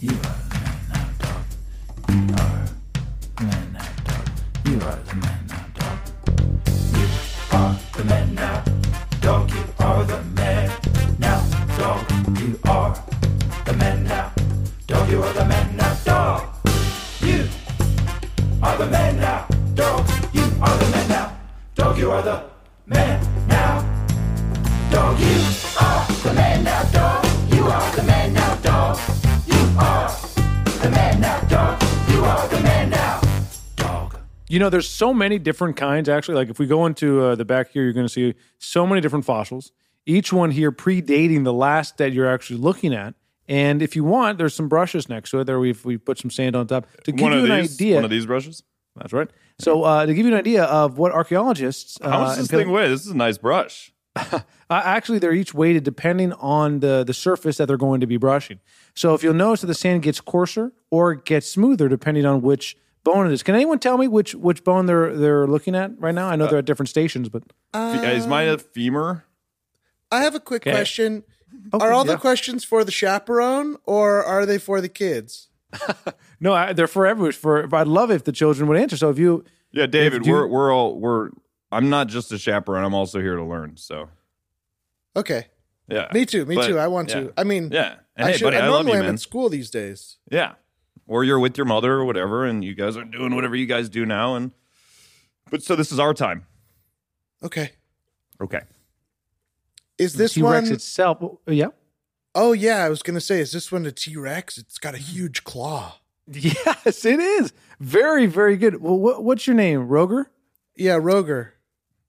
You are the man now, dog. You are the man now, dog. You are the man now, dog. You are the man now, dog. You are the man now, dog. You are the man now, dog. You are the man now, dog. You are the man now, dog. You are the man now, dog. You are the man now, dog. You are the man now, dog. You are the man now, dog. You are the man now, dog. You are the man now, dog. You know, there's so many different kinds, actually. Like, if we go into uh, the back here, you're going to see so many different fossils, each one here predating the last that you're actually looking at. And if you want, there's some brushes next to it. There, we've, we put some sand on top to give one you of an these, idea. one of these brushes. That's right. So, uh, to give you an idea of what archaeologists. Uh, How much does and this pale- thing weigh? This is a nice brush. Uh, actually, they're each weighted depending on the, the surface that they're going to be brushing. So if you'll notice that the sand gets coarser or it gets smoother depending on which bone it is. Can anyone tell me which which bone they're they're looking at right now? I Uh, know they're at different stations, but Uh, Fe- is mine a femur? I have a quick Okay. question. are all yeah. the questions for the chaperone or are they for the kids? no, I, they're for everyone. For I'd love if the children would answer. So if you Yeah, David, do- we're we're all we're. I'm not just a chaperone. I'm also here to learn. So Okay. yeah, Me too. Me But- too. I want yeah. to. I mean, Yeah, and I hey, should- buddy, I I, love normally you, am man. in school these days. Yeah, or you're with your mother or whatever, and you guys are doing whatever you guys do now. And but so this is our time. Okay. Okay. Is this T Rex one? itself, yeah, Oh yeah, I was gonna say, is this one a T Rex? It's got a huge claw. yes, it is very very good. Well, what, what's your name, Roger? Yeah, Roger.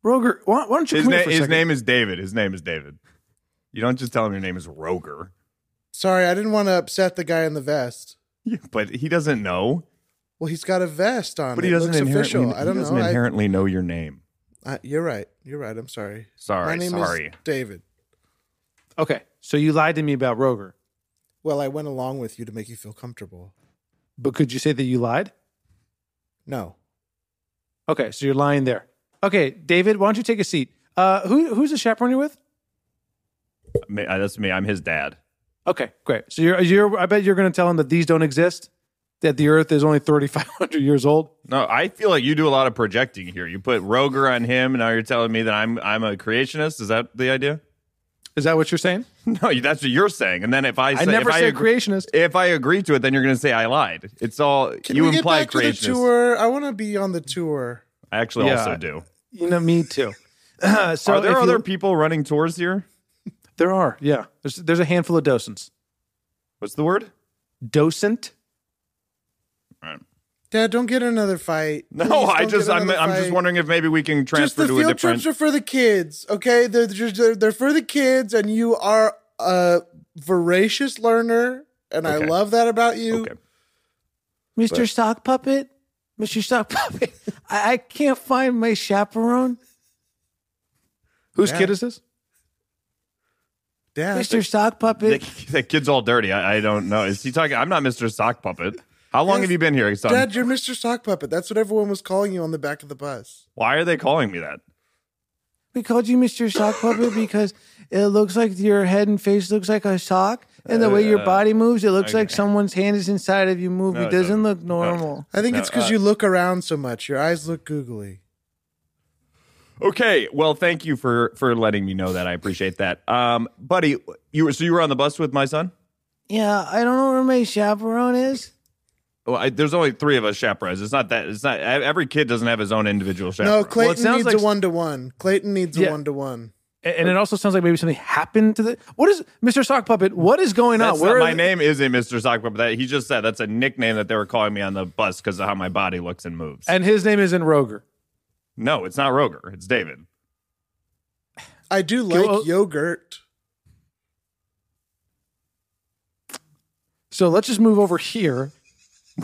Roger, why, why don't you His, come na- here for a his second? name is David. His name is David. You don't just tell him your name is Roger. Sorry, I didn't want to upset the guy in the vest. Yeah, but he doesn't know. Well, he's got a vest on. But it he doesn't looks inherently, official. I he don't doesn't know. I- inherently know your name. I, you're right. You're right. I'm sorry. Sorry, My name sorry. is David. Okay, so you lied to me about Roger, Well, I went along with you to make you feel comfortable. but could you say that you lied? No. Okay, so you're lying there. Okay, David, why don't you take a seat? Uh, who who's the chaperone you're with? Me- uh, that's me. I'm his dad. Okay, great. So you're you're. I bet you're going to tell him that these don't exist, that the Earth is only 3,500 years old. No, I feel like you do a lot of projecting here. You put Roger on him, and now you're telling me that I'm I'm a creationist. Is that the idea? Is that what you're saying? No, you- that's what you're saying. And then if I say, I never if I say agree- creationist. If I agree to it, then you're going to say I lied. It's all Can you we get imply back to the creationist. tour? I want to be on the tour. I actually Yeah. also do. You know, me too. Uh, so Are there if you- other people running tours here? there are. Yeah, there's there's a handful of docents. What's the word? Docent. Dad, don't get another fight. No, Please don't I get just I'm another I'm just fight. wondering if maybe we can Just the transfer to a field different. trips are for the kids, okay? They're just, they're, they're for the kids, and you are a voracious learner, and I Okay. love that about you. Okay. Mr. Sock Puppet? Mr. Sock Puppet, I, I can't find my chaperone. Whose Yeah. kid is this? Dad, Mr. Sock Puppet. That, that kid's all dirty. I, I don't know. Is he talking? I'm not Mr. Sock Puppet. How long Yes. have you been here, son? Dad, you're Mr. Sock Puppet. That's what everyone was calling you on the back of the bus. Why are they calling me that? We called you Mr. Sock Puppet because it looks like your head and face looks like a sock, and the way your body moves, it looks like someone's hand is inside of you. Movie Uh, No, it doesn't doesn't. look normal. I think it's because uh, you look around so much. Your eyes look googly. Okay, well, thank you for for letting me know that. I appreciate that, um, buddy. You were so you were on the bus with my son. Yeah, I don't know where my chaperone is. Well, I, there's only three of us chaperones. It's not that. It's not e, every kid doesn't have his own individual chaperone. No, Clayton sounds needs like- a one to one. Clayton needs Yeah. a one to one. And, and it also sounds like maybe something happened to the. What is Mr. Sock Puppet? What is going That's on? not, are my the- name isn't Mr. Sock Puppet. That he just said that's a nickname that they were calling me on the bus because of how my body looks and moves. And his name isn't Roger. no, it's not Roger. It's David. I do like well- yogurt. So let's just move over here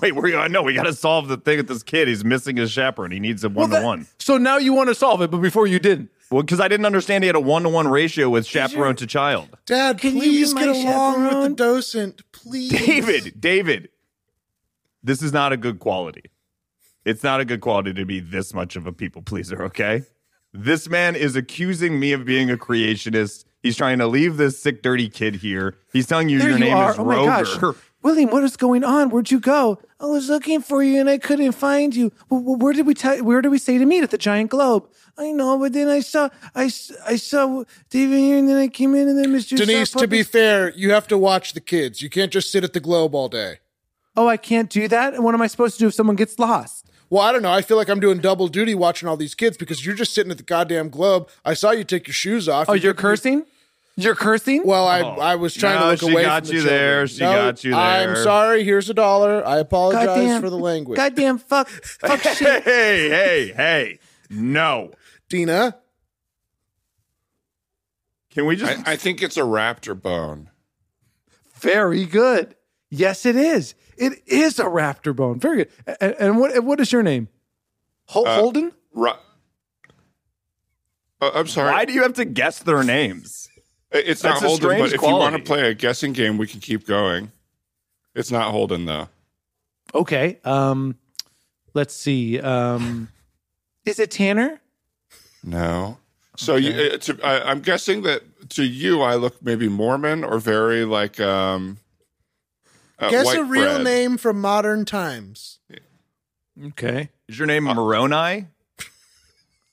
Wait, we I know we got to solve the thing with this kid. He's missing his chaperone. He needs a Well, one that- to one. So now you want to solve it, but before you didn't. Well, because I didn't understand he had a one to one ratio with chaperone to child. Dad, Can you be please my get along with chaperone? the docent. Please. David, David, this is not a good quality. It's not a good quality to be this much of a people pleaser. Okay, this man is accusing me of being a creationist. He's trying to leave this sick, dirty kid here. He's telling you There your you name are. is oh Roger. my gosh. William, what is going on? Where'd you go? I was looking for you and I couldn't find you. Well, well, where did we tell? Where did we say to meet at the Giant Globe? I know, but then I saw, I, s- I saw David here, and then I came in, and then Mr. Denise, Saw to be Puppets- fair, you have to watch the kids. You can't just sit at the globe all day. oh, I can't do that. And what am I supposed to do if someone gets lost? Well, I don't know. I feel like I'm doing double duty watching all these kids because you're just sitting at the goddamn globe. I saw you take your shoes off. Oh, You you're took your- cursing. You're cursing. Well, I, I was Oh. trying No, to look she away. got from the you there. children. She got you I'm there. sorry. Here's a dollar. I apologize Goddamn for the language. Goddamn fuck. Fuck shit. Hey, hey, hey. No. Dina, Can we just I, I think it's a raptor bone. Very good. Yes, it is. It is a raptor bone. Very good. A- a- And what? and What is your name? Hol- Holden. Ru- Uh, I'm sorry. Why do you have to guess their names? It- it's not That's a Holden, strange but if you want to quality. play a guessing game, we can keep going. It's not Holden though. Okay. Um, let's see. Um, is it Tanner? No. So you, uh, to, I, I'm guessing that to you, I look maybe Mormon or very like um. Uh, guess white a real bread. name from modern times. Okay. Is your name Moroni?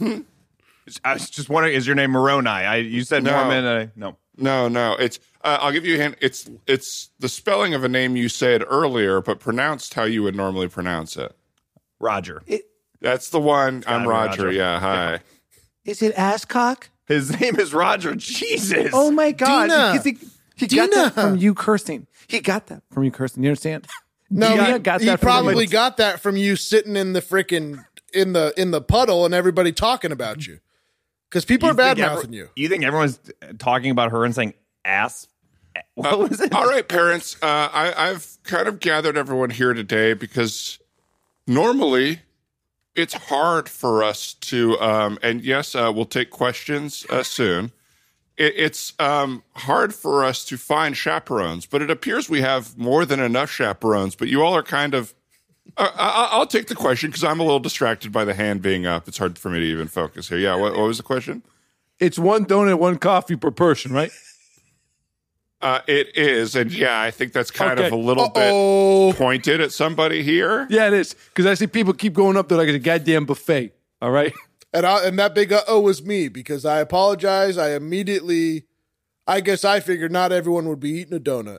I was just wondering, is your name Moroni? I you said No. Mormon. and I, no. No, no. It's uh, I'll give you a hint. It's it's the spelling of a name you said earlier, but pronounced how you would normally pronounce it. Roger. That's the one. gotta I'm be Roger. Roger. Yeah. Hi. Is it Ascock? His name is Roger. Jesus. Oh my God! Dina. Because He, he got Dina. that from you cursing. He got that from you cursing. You understand? No, Dina he, got he that from probably you. got that from you sitting in the freaking in the in the puddle and everybody talking about you because people You are think bad every- mouthing you. You think everyone's talking about her and saying ass? What was it? All right, parents. Uh, I, I've kind of gathered everyone here today because normally it's hard for us to, um, and yes, uh, we'll take questions uh, soon. It, it's um, hard for us to find chaperones, but it appears we have more than enough chaperones. But you all are kind of. Uh, I, I'll take the question because I'm a little distracted by the hand being up. It's hard for me to even focus here. Yeah, what, what was the question? It's one donut, one coffee per person, right? Uh, it is, and yeah, I think that's kind of Okay. a little bit. Oh, pointed at somebody here. Yeah, it is. Because I see people keep going up there like it's a goddamn buffet. All right. and I, and that big uh oh was me because I apologize. I immediately, I guess I figured not everyone would be eating a donut.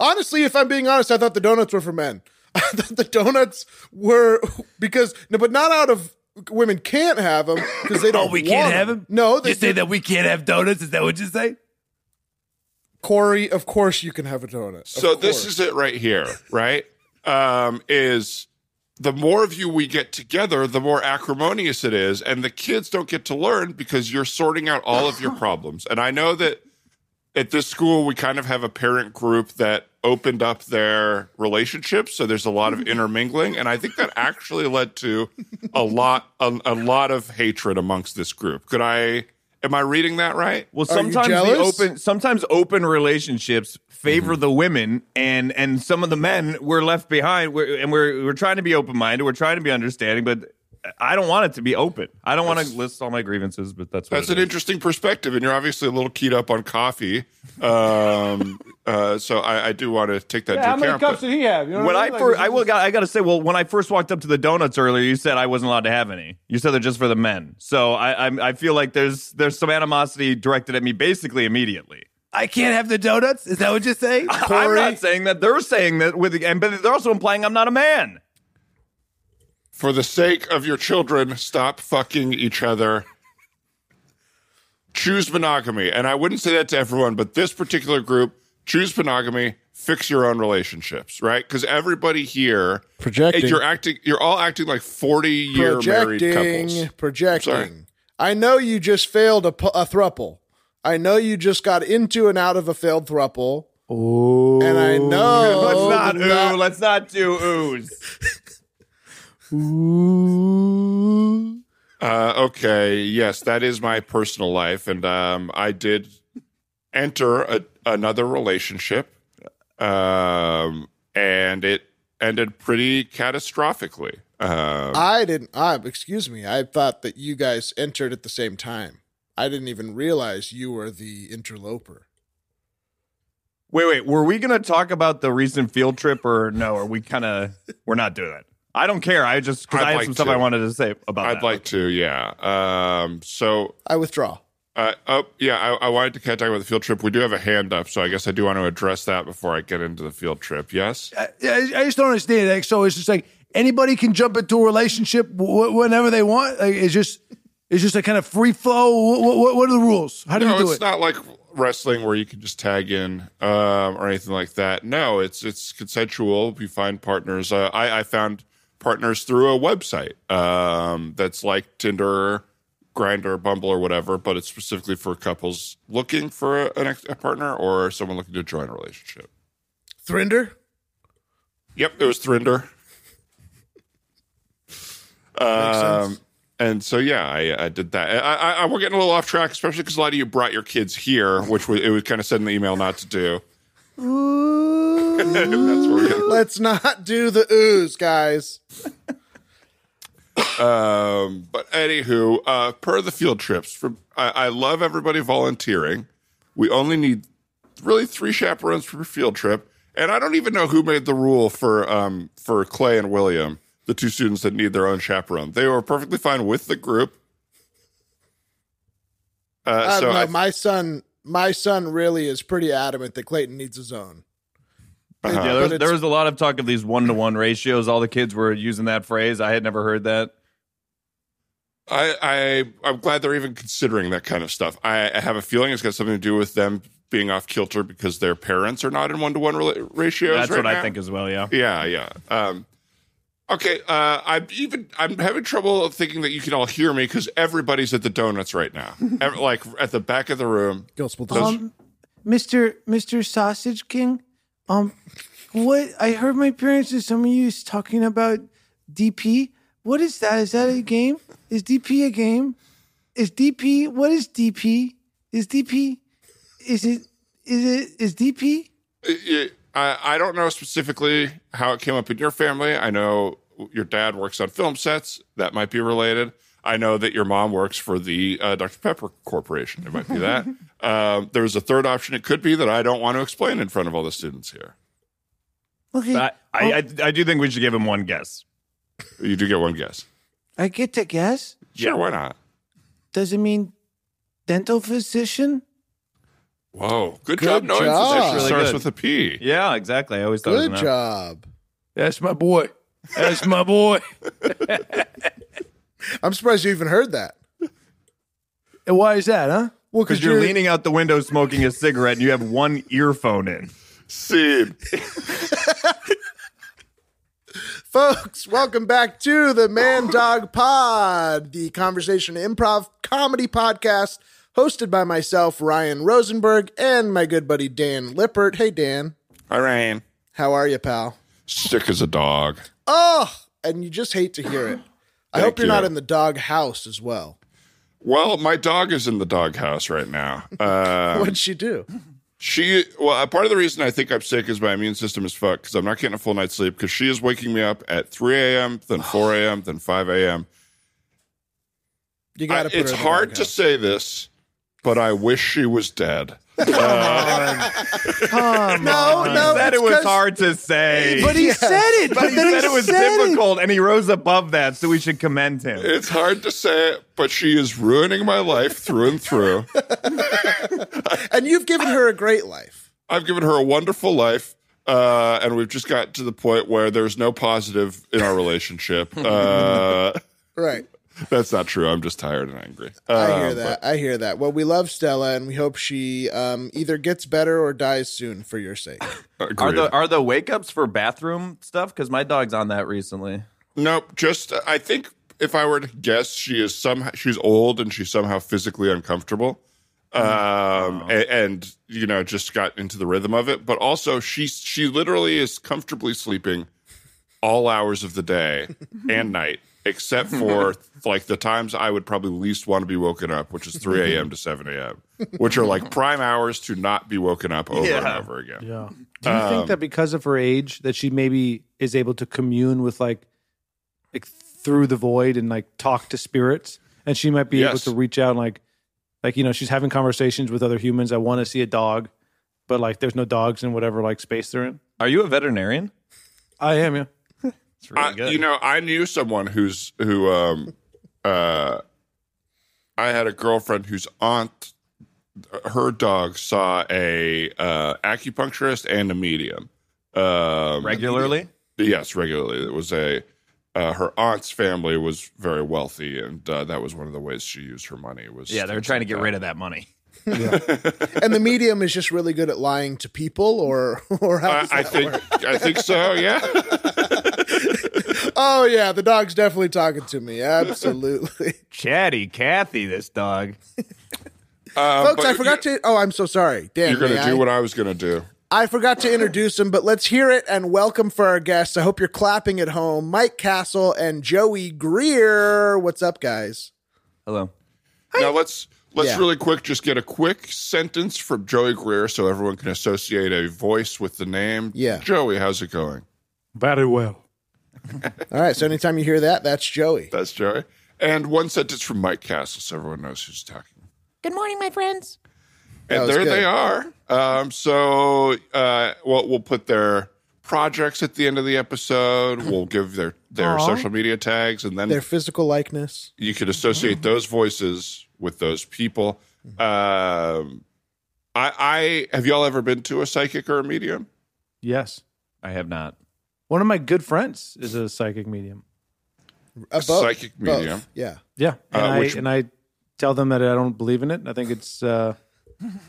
Honestly, if I'm being honest, I thought the donuts were for men. I thought the donuts were because, no, but not out of women can't have them because they don't. Oh, we can't want have 'em? No, they that we can't have donuts? Is that what you say? Corey. Of course, you can have a donut. Of So this course. is it right here, right? um, is the more of you we get together, the more acrimonious it is, and the kids don't get to learn because you're sorting out all of your problems. And I know that at this school we kind of have a parent group that opened up their relationships, so there's a lot Mm-hmm. of intermingling, and I think that actually led to a lot a, a lot of hatred amongst this group. Could I? Am I reading that right? Well, Are you sometimes the jealous? open sometimes open relationships favor the women, and and some of the men we're left behind. We're, and we're we're trying to be open minded. We're trying to be understanding, but I don't want it to be open. I don't want to list all my grievances, but that's what That's it an is. interesting perspective, and you're obviously a little keyed up on coffee. Um, uh, so I, I do want to take that into account. but- he have? You When Oh I first, I will, got, I got to say, well, when I first walked up to the donuts earlier, you said I wasn't allowed to have any. You said they're just for the men. So I, I, I feel like there's there's some animosity directed at me basically immediately. I can't have the donuts. Is that what you say? I'm Corey? not saying that they're saying that with, and but they're also implying I'm not a man. for the sake of your children, stop fucking each other. choose monogamy, and I wouldn't say that to everyone, but this particular group, choose monogamy. Fix your own relationships, right? Because everybody here, Projecting. you're acting, you're all acting like forty-year married couples. projecting, projecting. I know you just failed a, pu- a thruple. I know you just got into and out of a failed thruple. Oh, and I know. Let's Oh, not that ooh. that- Let's not do oohs. Uh, okay, yes, that is my personal life, and um, I did enter a, another relationship, um, and it ended pretty catastrophically. Um, I didn't. I excuse me. I thought that you guys entered at the same time. I didn't even realize you were the interloper. Wait, wait. Were we going to talk about the recent field trip or no? Are we kind of we're not doing it? I don't care. I just 'cause I'd I had like some stuff to. I wanted to say about. I'd that. like to, yeah. Um, so, I withdraw. uh, oh, yeah, I, I wanted to kind of talk about the field trip. We do have a hand up, so I guess I do want to address that before I get into the field trip. Yes, I, I just don't understand. Like, so it's just like anybody can jump into a relationship wh- whenever they want. Like, it's just it's just a kind of free flow. What, what, what are the rules? How do no, you do it's it? not like wrestling where you can just tag in um, or anything like that. No, it's it's consensual. You find partners. Uh, I, I found partners through a website um, that's like Tinder, Grinder, Bumble, or whatever, but it's specifically for couples looking for a, an ex- a partner or someone looking to join a relationship. Thrinder? Yep, it was Thrinder. um, sense. and so yeah, I, I did that. I, I, I we're getting a little off track, especially because a lot of you brought your kids here, which was, it was kind of said in the email not to do. That's where we get- Let's not do the ooze, guys. um, but anywho, uh, per the field trips, from I, I love everybody volunteering. We only need really three chaperones per field trip, and I don't even know who made the rule for um, for Clay and William, the two students that need their own chaperone. They were perfectly fine with the group. Uh, I so don't know. I, my son, my son really is pretty adamant that Clayton needs his own. Yeah, But there was, it's- there was a lot of talk of these one to one ratios. All the kids were using that phrase. I had never heard that. I, I I'm glad they're even considering that kind of stuff. I, I have a feeling it's got something to do with them being off kilter because their parents are not in one to one ratios. That's right what I now. think as well. Yeah. Yeah, yeah. Um, okay, uh, I'm even I'm having trouble thinking that you can all hear me because everybody's at the donuts right now, Ev- like at the back of the room. Um, Mr. Mr. Sausage King, um, what I heard my parents and some of you is talking about DP. What is that? Is that a game? Is DP a game? Is DP what is DP? Is DP is it is it is DP? I, I don't know specifically how it came up in your family. I know your dad works on film sets; that might be related. I know that your mom works for the uh, Dr. Pepper Corporation. It might be that. um, there's a third option. It could be that I don't want to explain in front of all the students here. Okay. Oh, I, I, I, I do think we should give him one guess. You do get one guess. I get to guess. Sure, why not? Does it mean dental physician? Whoa, good, Good job knowing job. physician Really starts good. with a P. Yeah, exactly. I always thought it Good was an app. job. That's my boy. That's my boy. I'm surprised you even heard that. And why is that, huh? Well, Because you're leaning out the window smoking a cigarette and you have one earphone in. Seed. Folks, welcome back to the Man Dog Pod, the conversation improv comedy podcast hosted by myself, Ryan Rosenberg, and my good buddy Dan Lippert. Hey, Dan, All right. how are you, pal? Sick as a dog. Oh, and you just hate to hear it. I hope Thank you're not you. in the dog house as well. Well, my dog is in the doghouse right now. Um, Uh, What'd she do? she, well, part of the reason I think I'm sick is my immune system is fucked because I'm not getting a full night's sleep because she is waking me up at 3 a.m., then 4 a.m., then 5 a.m. You got to I- put It's her in the hard dog to house. say this, but I wish she was dead. Come No, on. no, said it's it was 'cause- hard to say. But he Yeah. said it. But, he then said it was said it. difficult and he rose above that, so we should commend him. It's hard to say it, but she is ruining my life through and through. And you've given her a great life. I've given her a wonderful life, uh, and we've just got to the point where there's no positive in our relationship. Uh, Right. that's not true. I'm just tired and angry. I Uh, hear that. I hear that. Well, we love Stella, and we hope she um, either gets better or dies soon for your sake. Are Um, agreed. the are the wake ups for bathroom stuff? Because my dog's on that recently. nope. Just uh, I think if I were to guess, she is somehow she's old and she's somehow physically uncomfortable. Um a- and, you know just got into the rhythm of it, but also she she literally is comfortably sleeping all hours of the day and night, except for like the times I would probably least want to be woken up, which is 3 a.m. to 7 a.m., which are like prime hours to not be woken up over and Yeah. over again. Yeah. Do you think that because of her age that she maybe is able to commune with like like through the void and like talk to spirits and she might be able Yes. to reach out and like Like you know, she's having conversations with other humans. I want to see a dog, but like there's no dogs in whatever like space they're in. Are you a veterinarian? I am, yeah. It's really I- good. Uh, You know, I knew someone who's who. Um, uh, I had a girlfriend whose aunt, her dog saw a uh, acupuncturist and a medium. Um, regularly. Yes, regularly. It was a. Uh, her aunt's family was very wealthy, and uh, that was one of the ways she used her money. Was Yeah, they're trying to get rid of that money. And the medium is just really good at lying to people, or or how I, does I that think. work? I think so. Yeah. Oh yeah, the dog's definitely talking to me. Absolutely, Chatty Cathy, this dog. Uh, folks. but I forgot you- to. Oh, I'm so sorry, Dan. You're may gonna do I? what I was gonna do. I forgot to introduce him, but let's hear it and welcome for our guests. I hope you're clapping at home, Mike Castle and Joey Greer. What's up, guys? Hello. Now let's let's Yeah. really quick just get a quick sentence from Joey Greer so everyone can associate a voice with the name. Yeah. Joey, how's it going? Very well. All right, so anytime you hear that, that's Joey. That's Joey. And one sentence from Mike Castle so everyone knows who's talking. Good morning, my friends. That And was there good. they are. Um, so uh, well, we'll put their projects at the end of the episode. We'll give their their social media tags, and then Their physical likeness. you could associate those voices with those people. Um, I, I have y'all ever been to a psychic or a medium? Yes. I have not. One of my good friends is a psychic medium. Uh, both- Psychic both, medium. Yeah. Yeah, and, Uh, I, which- and I tell them that I don't believe in it. I think it's uh,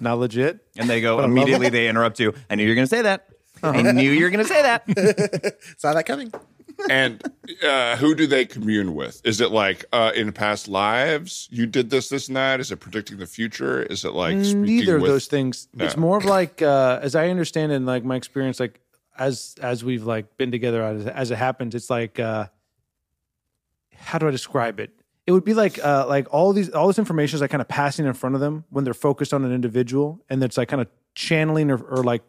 not legit. And they go immediately. They interrupt you. I knew you were going to say that. Uh-huh. I knew you were going to say that. Saw that coming. and uh, who do they commune with? Is it like uh, in past lives you did this, this, and that? Is it predicting the future? Is it Mm, like speaking neither of with- those things it's more of like uh as i understand it in like my experience like as as we've like been together as, as it happens it's like uh how do i describe it it would be like uh like all these all this information is like kind of passing in front of them when they're focused on an individual and it's like kind of channeling or, or like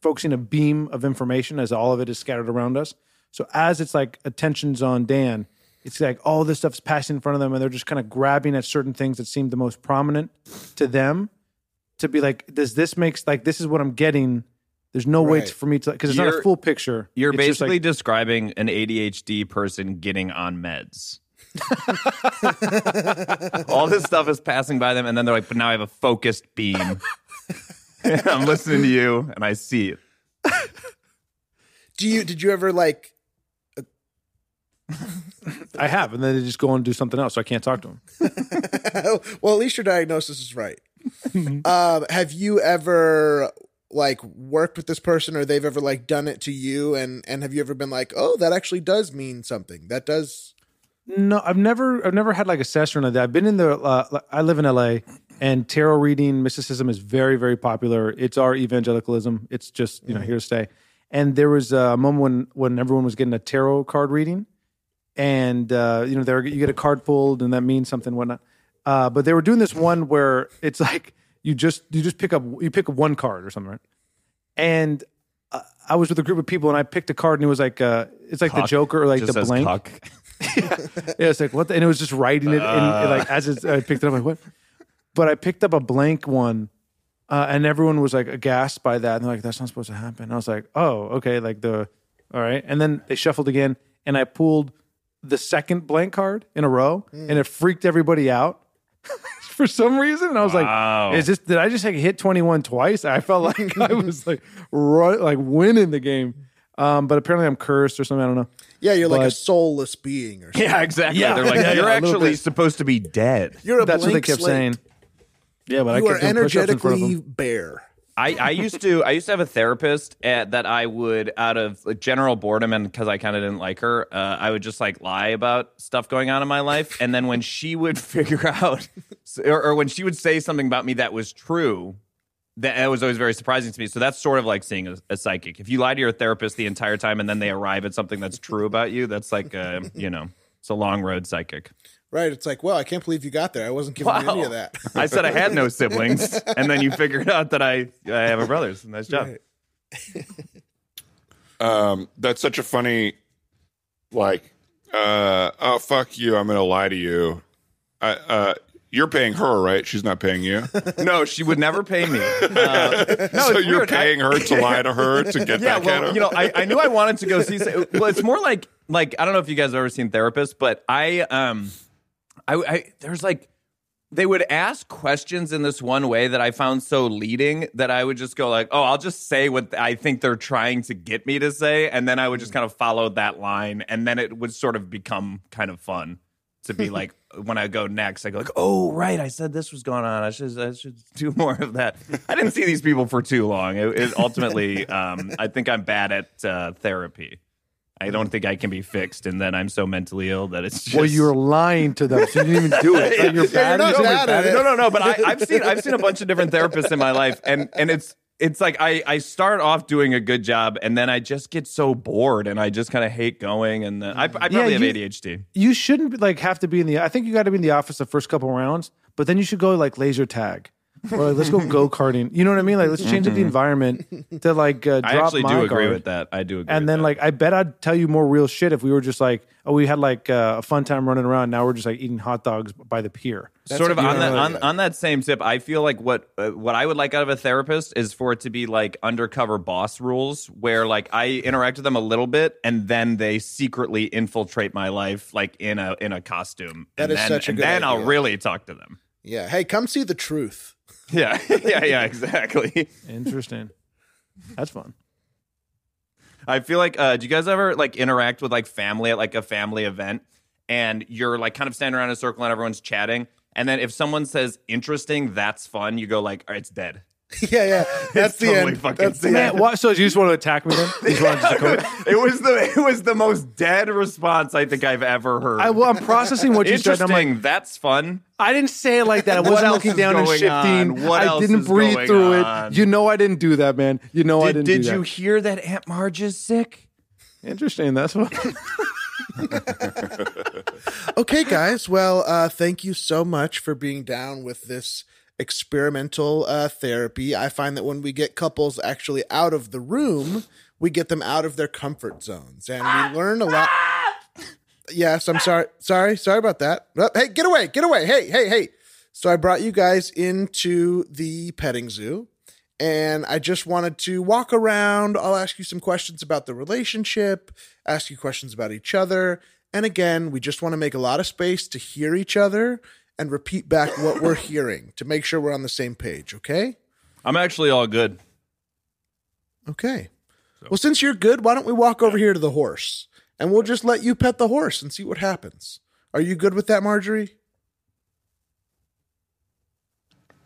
focusing a beam of information as all of it is scattered around us so as it's like attention's on dan it's like all this stuff's passing in front of them and they're just kind of grabbing at certain things that seem the most prominent to them to be like, does this make like this is what I'm getting? There's no way Right. to, for me to because it's not a You're- full picture. You're It's just basically like, describing an ADHD person getting on meds. All this stuff is passing by them, and then they're like, "But now I have a focused beam. I'm listening to you, and I see it." Do you? Did you ever like? I have, and then they just go and do something else, so I can't talk to them. well, at least your diagnosis is right. um, have you ever like worked with this person, or they've ever like done it to you? And and have you ever been like, oh, that actually does mean something? That does. No, I've never, I've never had like a session like that. I've been in the, uh, I live in LA, and tarot reading mysticism is very, very popular. It's our evangelicalism. It's just Mm-hmm. you know here to stay. And there was a moment when when everyone was getting a tarot card reading, and uh, you know there you get a card pulled, and that means something, whatnot. Uh, but they were doing this one where it's like you just you just pick up you pick up one card or something, right? And uh, I was with a group of people, and I picked a card, and it was like uh, it's like the Cuck. Joker or like Just the says blank. cuck. Yeah, it's like what, the, and it was just writing it, and like as it's, I picked it up, like what? But I picked up a blank one, uh, and everyone was like aghast by that, and they're like, "That's not supposed to happen." And I was like, "Oh, okay." Like the, all right. And then they shuffled again, and I pulled the second blank card in a row, and it freaked everybody out for some reason. And I was Wow. like, "Is this? Did I just like hit twenty one twice?" I felt like I was like right, like winning the game. Um, but apparently I'm cursed or something. I don't know. Yeah, you're like a But- soulless being, or something. Yeah, exactly. They're like, Yeah, yeah, "You're a little actually bit. supposed to be dead." you're a That's what they blank kept slate. saying. Yeah, but You I are kept doing push-ups in front of them. energetically bare. I, I used to I used to have a therapist at, that I would out of like, general boredom and because I kind of didn't like her, uh, I would just like lie about stuff going on in my life, and then when she would figure out or, or when she would say something about me that was true, that, that was always very surprising to me. So that's sort of like seeing a, a psychic. If you lie to your therapist the entire time and then they arrive at something that's true about you, that's like uh, you know it's a long road psychic. Right. It's like, well, I can't believe you got there. I wasn't giving you any of that. I said I had no siblings, and then you figured out that I I have a brother's. Nice job. Um, that's such a funny, like, uh, oh fuck you, I'm gonna lie to you. I, uh, You're paying her, right? She's not paying you. No, she would never pay me. Uh, no, so it's you're weird. I- paying her to lie to her to get yeah, back at well, her. you know, I, I knew I wanted to go see. Well, it's more like like I don't know if you guys have ever seen Therapist, but I um, I, I there's like they would ask questions in this one way that I found so leading that I would just go like, oh, I'll just say what I think they're trying to get me to say, and then I would just Hmm. kind of follow that line, and then it would sort of become kind of fun to be like when I go next, I go like, oh right, I said this was going on. I should I should do more of that. I didn't see these people for too long. It, it ultimately, um, I think I'm bad at uh, therapy. I don't think I can be fixed, and then I'm so mentally ill that it's just. Well, you're lying to them. So you didn't even do it. Like, you're Yeah, you're bad not at it. bad at it. No, no, no. But I, I've seen I've seen a bunch of different therapists in my life, and and it's it's like I I start off doing a good job, and then I just get so bored, and I just kind of hate going, and then I, I probably Yeah, have you- ADHD. You shouldn't be, like have to be in the. I think you got to be in the office the first couple rounds, but then you should go like laser tag. or like, let's go go karting. You know what I mean? Like, let's change up Mm-hmm. the environment to like uh, drop I actually my do agree guard. with that. I do agree. And with then that. like, I bet I'd tell you more real shit if we were just like, oh, we had like uh, a fun time running around. Now we're just like eating hot dogs by the pier. sort of what you on that wanna on, look at. on that same tip i feel like what uh, what i would like out of a therapist is for it to be like undercover boss rules where like i interact with them a little bit and then they secretly infiltrate my life like in a in a costume That and is then, such a and good then i'll idea. really talk to them Yeah. Hey, come see the truth. yeah yeah yeah exactly Interesting. That's fun. I feel like uh, do you guys ever like interact with like family at like a family event and you're like kind of standing around in a circle and everyone's chatting and then if someone says interesting that's fun you go like "All right, it's dead. yeah, yeah. That's the totally end. fucking That's the dead. end. Man, why, so you just want to attack me then? You just want to just go- it was the it was the most dead response I think I've ever heard. I, well, I'm processing what you said. and Interesting. I'm like, that's fun. I didn't say it like that. I What wasn't else looking is down and going shifting. on? What I else didn't is breathe going through on? it. You know I didn't do that, man. You know Oh, I didn't Did, did do you that. hear that Aunt Marge is sick? Interesting. That's what. Okay, guys. Well, uh, thank you so much for being down with this experimental uh, therapy. I find that when we get couples actually out of the room, we get them out of their comfort zones and we learn a lot. Yes, I'm sorry. Sorry. Sorry about that. Uh, Hey, get away. Get away. Hey, hey, hey. So I brought you guys into the petting zoo and I just wanted to walk around. I'll ask you some questions about the relationship, ask you questions about each other. And again, we just want to make a lot of space to hear each other and repeat back what we're hearing to make sure we're on the same page, okay? I'm actually all good. Okay. Well, since you're good, why don't we walk over here to the horse and we'll just let you pet the horse and see what happens. Are you good with that, Marjorie?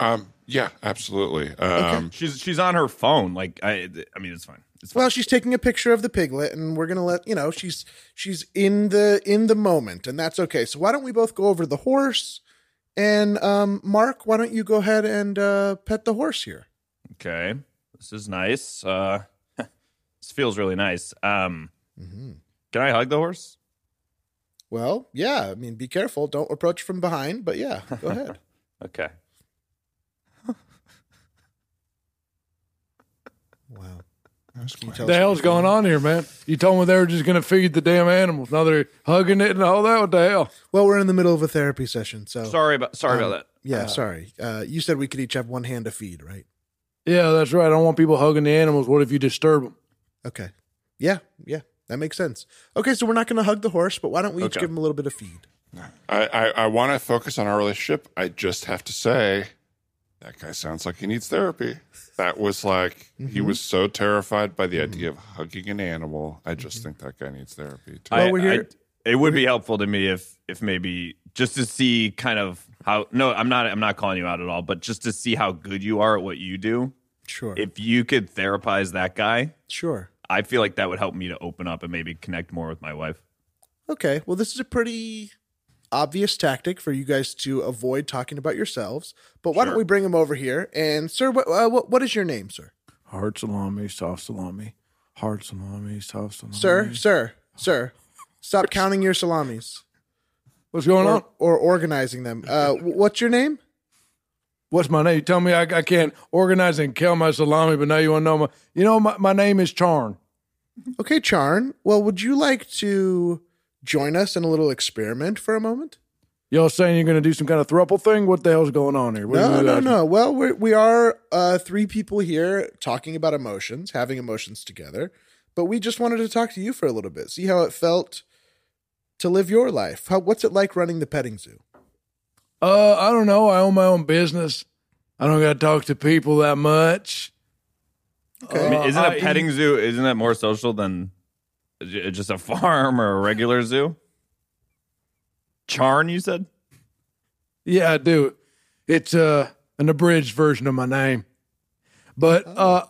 um, yeah, absolutely. Um, She's she's on her phone. Like I I mean it's fine. It's fine. Well, she's taking a picture of the piglet, and we're gonna let you know she's she's in the in the moment, and that's okay. So why don't we both go over to the horse, and um, Mark, why don't you go ahead and uh, pet the horse here? Okay. This is nice. Uh this feels really nice. Um Mm-hmm. Can I hug the horse? Well, yeah, I mean, be careful, don't approach from behind, but yeah, go ahead. Okay. wow, Can you tell What the us- hell's going on here, man? You told me they were just going to feed the damn animals. Now they're hugging it and all that. What the hell? well, we're in the middle of a therapy session, so Sorry about sorry um, about Yeah, sorry. Uh, you said we could each have one hand to feed, right? Yeah, that's right. I don't want people hugging the animals. What if you disturb them? Okay. Yeah, yeah, that makes sense. Okay, so we're not gonna hug the horse, but why don't we each Okay. give him a little bit of feed? I, I, I want to focus on our relationship. I just have to say, that guy sounds like he needs therapy. That was like, he Mm-hmm. was so terrified by the idea of hugging an animal. I just Mm-hmm. think that guy needs therapy. Too. that. Well, we're here- I- it would be helpful to me if if maybe just to see kind of how no, I'm not I'm not calling you out at all, but just to see how good you are at what you do. Sure. If you could therapize that guy, sure. I feel like that would help me to open up and maybe connect more with my wife. Okay. Well, this is a pretty obvious tactic for you guys to avoid talking about yourselves. But why don't we bring him over here? And sir, what uh, what, what is your name, sir? Hard salami, soft salami. Hard salami, soft salami. Sir, sir, sir. Stop counting your salamis What's going on? or, or organizing them. Uh, wh- what's your name? What's my name? You tell me I, I can't organize and kill my salami, but now you want to know my. You know, my, my name is Charn. Okay, Charn. Well, would you like to join us in a little experiment for a moment? Y'all saying you're going to do some kind of thruple thing? What the hell's going on here? What are No, you no, guys- no. Well, we're, we are uh, three people here talking about emotions, having emotions together. But we just wanted to talk to you for a little bit, see how it felt to live your life. How, what's it like running the petting zoo? Uh, I don't know. I own my own business. I don't got to talk to people that much. Okay. Uh, I mean, isn't I a petting zoo? Isn't that more social than j- just a farm or a regular zoo? Charn, you said. Yeah, I do. It's uh an abridged version of my name. But uh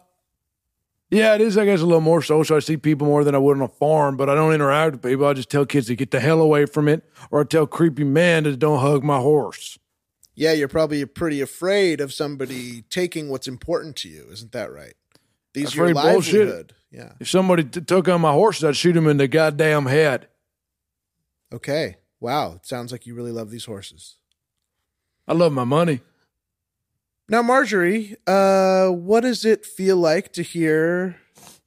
yeah, it is, I guess, a little more social. I see people more than I would on a farm, but I don't interact with people. I just tell kids to get the hell away from it, or I tell creepy men to don't hug my horse. yeah, you're probably pretty afraid of somebody taking what's important to you. Isn't that right? These are That's your very bullshit. livelihood. Yeah. If somebody t- took on my horses, I'd shoot him in the goddamn head. Okay. Wow. It sounds like you really love these horses. I love my money. Now, Marjorie, uh, what does it feel like to hear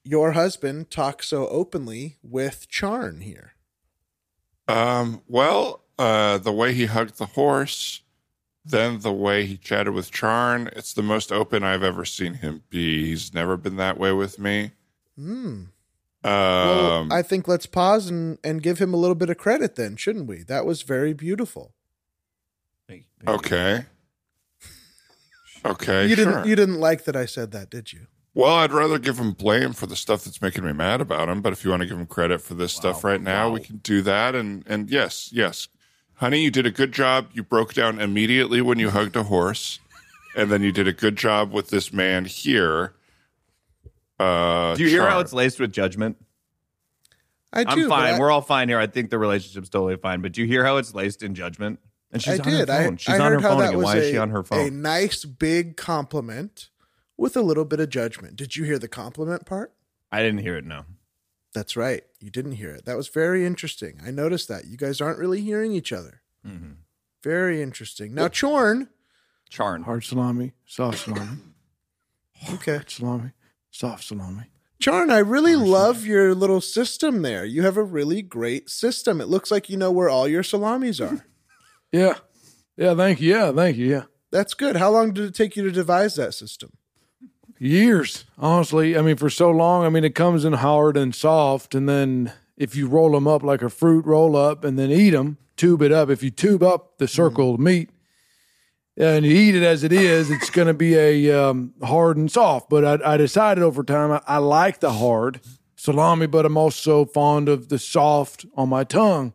your husband talk so openly with Charn here? Um, well, uh, the way he hugged the horse, then the way he chatted with Charn, it's the most open I've ever seen him be. He's never been that way with me. Hmm. Um, Well, I think let's pause and, and give him a little bit of credit then, shouldn't we? That was very beautiful. okay. Okay, you sure. didn't you didn't like that I said that, did you? well, I'd rather give him blame for the stuff that's making me mad about him, but if you want to give him credit for this stuff right now, we can do that. And and yes, yes, honey, you did a good job. You broke down immediately when you hugged a horse, and then you did a good job with this man here. Uh, Do you hear how Char- it's laced with judgment? I do. I'm but fine. I- We're all fine here. I think the relationship's totally fine. But do you hear how it's laced in judgment? And she's I on did. her I, phone. she's I on heard her how phone that again. was Why a, is she on her a phone? nice big compliment with a little bit of judgment. Did you hear the compliment part? I didn't hear it. No. That's right. You didn't hear it. That was very interesting. I noticed that. You guys aren't really hearing each other. Mm-hmm. Very interesting. Now, Chorn. Charn. Hard salami, soft salami, Oh, Okay. salami, soft salami. Chorn, I really love your little system there. You have a really great system. It looks like you know where all your salamis are. Yeah, yeah. Thank you. Yeah, thank you. Yeah. That's good. How long did it take you to devise that system? years honestly i mean for so long i mean it comes in hard and soft and then if you roll them up like a fruit roll up and then eat them tube it up if you tube up the circled meat and you eat it as it is it's going to be a um, hard and soft but i, I decided over time I, I like the hard salami but i'm also fond of the soft on my tongue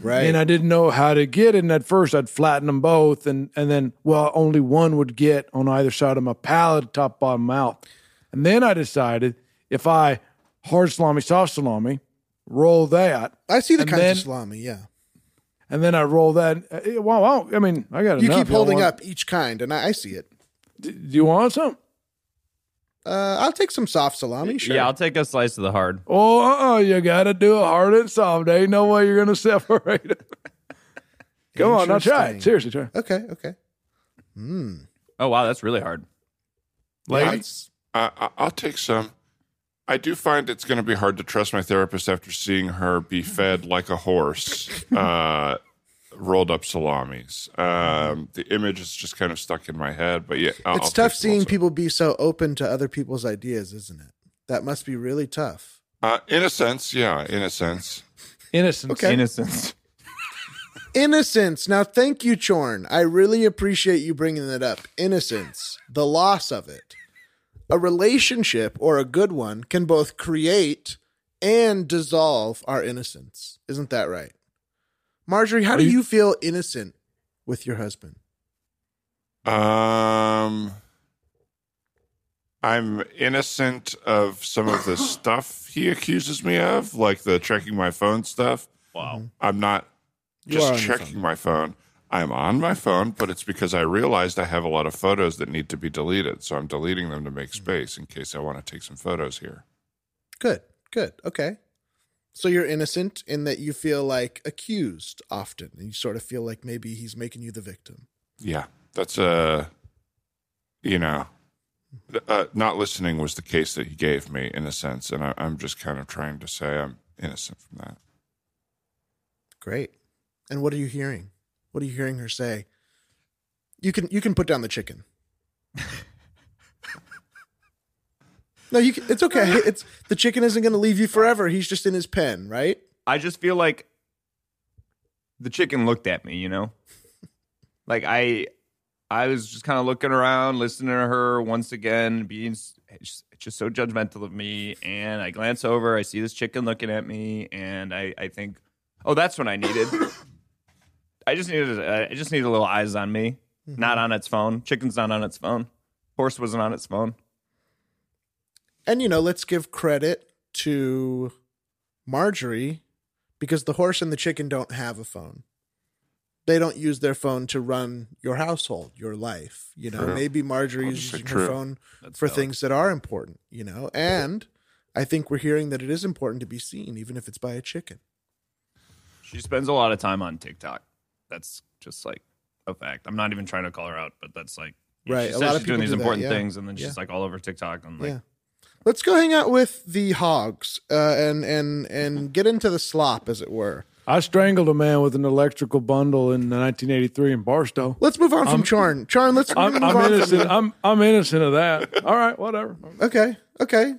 Right. and I didn't know how to get it. And at first, I'd flatten them both, and and then well, only one would get on either side of my palate, top, bottom, mouth. And then I decided if I hard salami, soft salami, roll that, I see the And kinds then- of salami, yeah. and then I roll that. eh, Well, well, I mean, I got You enough. keep holding want- up each kind, and I, I see it. Do you want some? Uh, I'll take some soft salami, sure. Yeah, I'll take a slice of the hard. Oh, uh-uh, you got to do it hard and soft. There ain't no way you're gonna separate it. Come on, now try it. Interesting. Seriously, try. it. Okay, okay. Oh wow, that's really hard. Ladies. I, I, I'll take some. I do find it's going to be hard to trust my therapist after seeing her be Mm-hmm. fed like a horse, uh, rolled up salamis. Um, the image is just kind of stuck in my head, but yeah, Mm-hmm. I'll, it's I'll tough take seeing also. people be so open to other people's ideas, isn't it? That must be really tough. Uh, in a sense, yeah, in a sense. Innocence. Okay. Innocence. Innocence. Now, thank you, Chorn. I really appreciate you bringing that up. Innocence, the loss of it. A relationship or a good one can both create and dissolve our innocence. Isn't that right? Marjorie, how do you feel innocent with your husband? Um, I'm innocent of some of the stuff he accuses me of, like the checking my phone stuff. Mm-hmm. Wow. I'm not You are on just your checking my phone. I'm on my phone, but it's because I realized I have a lot of photos that need to be deleted. So I'm deleting them to Mm. make space in case I want to take some photos here. Good, good. Okay. So you're innocent in that you feel like accused often, and you sort of feel like maybe he's making you the victim. Yeah, that's uh, you know, uh, not listening was the case that he gave me in a sense. And I, I'm just kind of trying to say I'm innocent from that. Great. And what are you hearing? What are you hearing her say? You can you can put down the chicken. no, you can, it's okay. It's the chicken isn't going to leave you forever. He's just in his pen, right? I just feel like the chicken looked at me, you know? like I I was just kind of looking around, listening to her once again, being s- just, just so judgmental of me, and I glance over, I see this chicken looking at me, and I I think, "Oh, that's what I needed." I just needed uh, I just needed a little eyes on me, not on its phone. Chicken's not on its phone. Horse wasn't on its phone. And you know, let's give credit to Marjorie because the horse and the chicken don't have a phone. They don't use their phone to run your household, your life. You know, True. maybe Marjorie uses her phone for things that are important, you know. And I think we're hearing that it is important to be seen, even if it's by a chicken. She spends a lot of time on TikTok. That's just like a fact. I'm not even trying to call her out, but that's like yeah, Right, She a says lot of she's doing people these do that, important yeah. things, and then she's Yeah. like all over TikTok and like yeah. Let's go hang out with the hogs uh, and and Mm-hmm. and get into the slop, as it were. I strangled a man with an electrical bundle in 1983 in Barstow. Let's move on from Charn. Charn, let's Um, I'm, move I'm on from innocent. I'm I'm innocent of that. All right, whatever. Okay. Okay.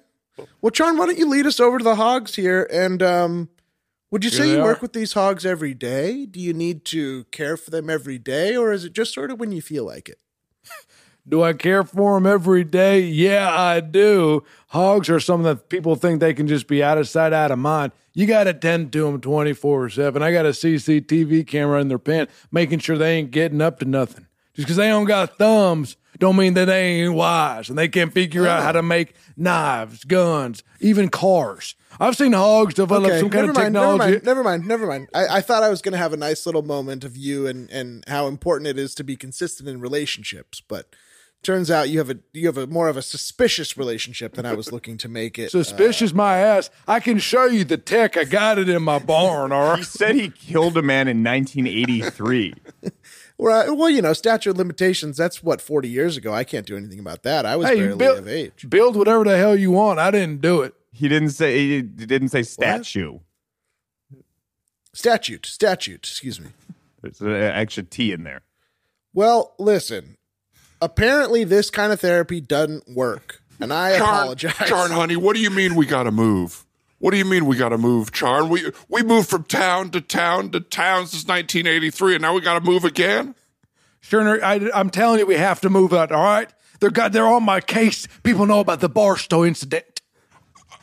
Well, Charn, why don't you lead us over to the hogs here? And um, would you say they you work are. with these hogs every day? Do you need to care for them every day, or is it just sort of when you feel like it? Do I care for them every day? Yeah, I do. Hogs are something that people think they can just be out of sight, out of mind. You got to tend to them 24 7. I got a CCTV camera in their pen, making sure they ain't getting up to nothing. Just because they don't got thumbs, don't mean that they ain't wise and they can't figure out how to make knives, guns, even cars. I've seen hogs develop Okay, some kind never of mind, technology. Never mind. Never mind. Never mind. I, I thought I was going to have a nice little moment of you and and how important it is to be consistent in relationships, but turns out you have a you have a more of a suspicious relationship than I was looking to make it. uh, Suspicious my ass. I can show you the tech. I got it in my barn, all He right? said he killed a man in 1983. Right. uh, Well, you know, statute of limitations, that's what, 40 years ago. I can't do anything about that. I was Hey, barely build, of age. build whatever the hell you want. I didn't do it. he didn't say he didn't say statue. Statute, statute, excuse me. There's an extra T in there. Well, listen, apparently this kind of therapy doesn't work. And I Charn, apologize. Charn, honey, what do you mean we got to move? What do you mean we got to move, Charn? We we moved from town to town to town since 1983, and now we got to move again. Sure, I, I'm telling you, we have to move out. All right, they're got they're on my case. People know about the Barstow incident.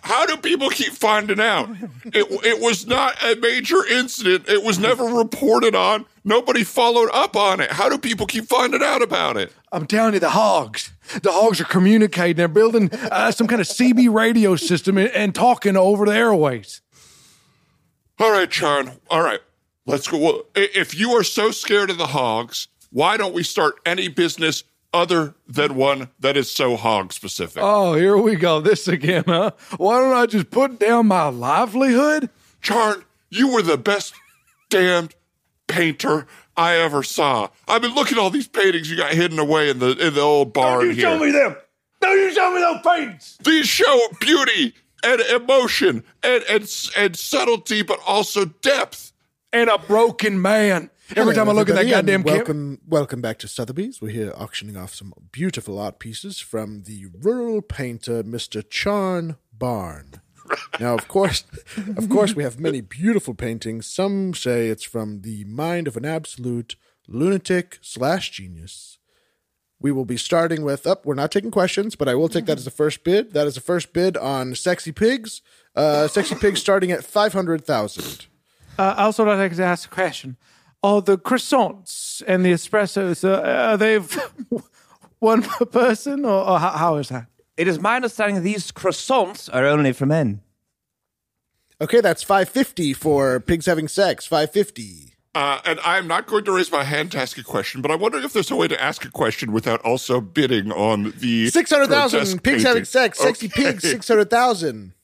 How do people keep finding out? It it was not a major incident. It was never reported on. Nobody followed up on it. How do people keep finding out about it? I'm telling you, the hogs, the hogs are communicating. They're building uh, some kind of CB radio system and, and talking over the airways. All right, Charn. All right, let's go. Well, i- if you are so scared of the hogs, why don't we start any business other than one that is so hog specific? Oh, here we go. This again, huh? Why don't I just put down my livelihood? Charn, you were the best damned painter I ever saw. I've been looking at all these paintings you got hidden away in the in the old barn here. them. Don't you show me those paints. These show beauty and emotion and and s- and subtlety, but also depth. And a broken man. Every time I look at that Everybody, and goddamn camera. welcome, welcome back to Sotheby's. We're here auctioning off some beautiful art pieces from the rural painter Mr. Charn Barn. Now, of course, of course, we have many beautiful paintings. Some say it's from the mind of an absolute lunatic slash genius. We will be starting with up. we're not taking questions, but I will take that as the first bid. That is the first bid on sexy pigs. Uh, sexy pigs starting at five hundred thousand. Uh, I also would like to ask a question. Are Oh, the croissants and the espressos, uh, are they f- one per person or, or how, how is that? It is my understanding these croissants are only for men. Okay, that's 550 for pigs having sex. 550. Uh, and I'm not going to raise my hand to ask a question, but I'm wondering if there's a way to ask a question without also bidding on the 600,000 grotesque pigs having painting. sex. Sexy Okay. pigs 600,000.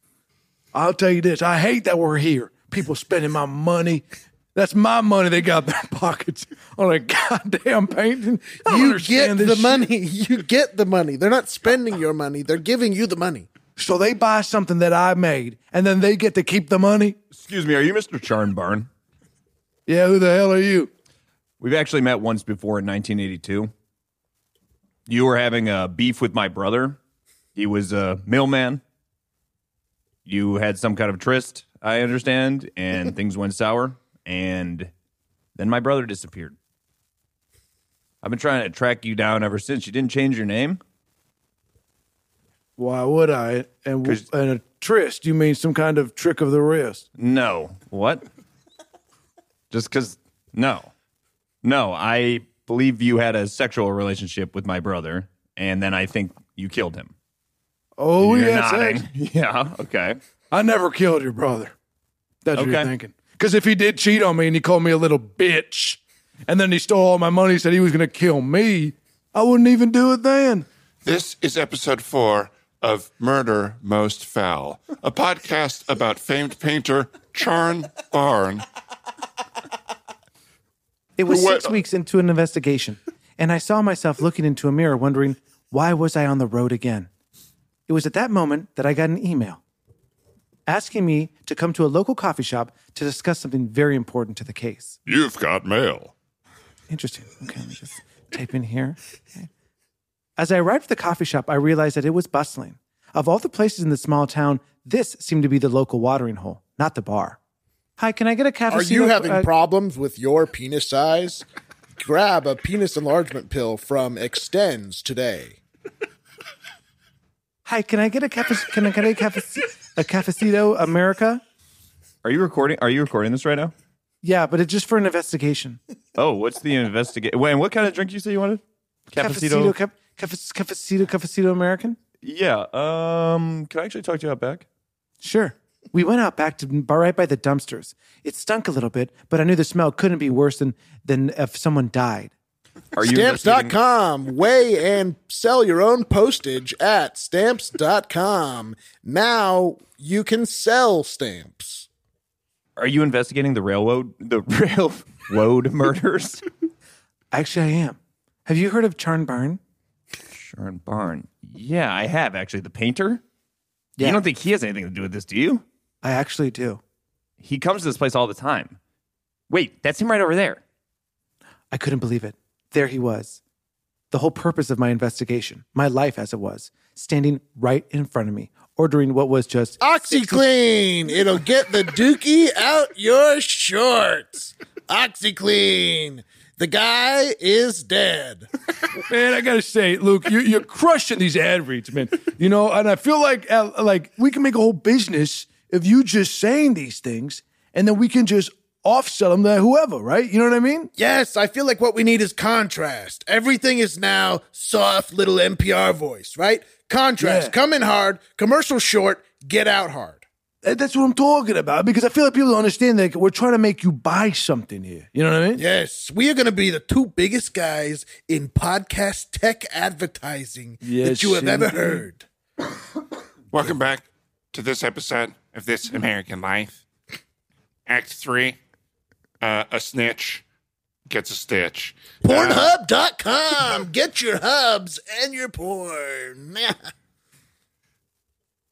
I'll tell you this. I hate that we're here. People spending my money. That's my money they got in their pockets on a goddamn painting. I don't You get understand this the shit. money. You get the money. They're not spending your money. They're giving you the money. So they buy something that I made and then they get to keep the money. Excuse me, are you Mr. Charnbarn? Yeah, who the hell are you? We've actually met once before in 1982. You were having a beef with my brother. He was a mailman. You had some kind of tryst, I understand, and things went sour. And then my brother disappeared. I've been trying to track you down ever since. You didn't change your name. Why would I? And, w- and a tryst, you mean some kind of trick of the wrist? No. What? Just because, no. No, I believe you had a sexual relationship with my brother, and then I think you killed him. Oh, You're yeah, nodding. sex. Yeah, okay. I never killed your brother. That's what you're Okay. thinking. Because if he did cheat on me and he called me a little bitch, and then he stole all my money, said he was going to kill me, I wouldn't even do it then. This is episode four of Murder Most Foul, a podcast about famed painter Charn Barn. It was six What- weeks into an investigation, and I saw myself looking into a mirror, wondering, why was I on the road again? It was at that moment that I got an email asking me to come to a local coffee shop to discuss something very important to the case. You've got mail. Interesting. Okay, let me just type in here. Okay. As I arrived at the coffee shop, I realized that it was bustling. Of all the places in the small town, this seemed to be the local watering hole, not the bar. Hi, can I get a cafecino? Are you having uh, problems with your penis size? Grab a penis enlargement pill from Extends today. Hi, can I get a cafe? Can I get a cafe? A cafecito America? Are you recording? Are you recording this right now? Yeah, but it's just for an investigation. Oh, what's the investigate? Wait, and what kind of drink you say you wanted? Cafecito, Cafecito. cap- cafe- cafecito, cafecito American. Yeah. Um. Can I actually talk to you out back? Sure. We went out back to bar right by the dumpsters. It stunk a little bit, but I knew the smell couldn't be worse than than if someone died. Are you investigating- Stamps.com. Weigh and sell your own postage at stamps.com. Now you can sell stamps. Are you investigating the railroad? The railroad murders. Actually, I am. Have you heard of Charn Barn? Sharon Barn. Yeah, I have actually. The painter. Yeah. You don't think he has anything to do with this, do you? I actually do. He comes to this place all the time. Wait, that's him right over there. I couldn't believe it. There he was. The whole purpose of my investigation, my life as it was, standing right in front of me, ordering what was just OxyClean. It'll get the dookie out your shorts. OxyClean. The guy is dead. Man, I gotta say, Luke, you, you're crushing these ad reads, man. You know, and I feel like uh, like we can make a whole business of you just saying these things, and then we can just offsell them to whoever, right? You know what I mean? Yes, I feel like what we need is contrast. Everything is now soft little NPR voice, right? Contrast. Yeah. Come in hard, commercial short, get out hard. That- That's what I'm talking about because I feel like people don't understand that we're trying to make you buy something here. You know what I mean? Yes, we are going to be the two biggest guys in podcast tech advertising that Yes, you have ever indeed. heard. Welcome back to this episode of This American Life. Act three uh, A snitch gets a stitch. Uh, Pornhub.com. Get your hubs and your porn.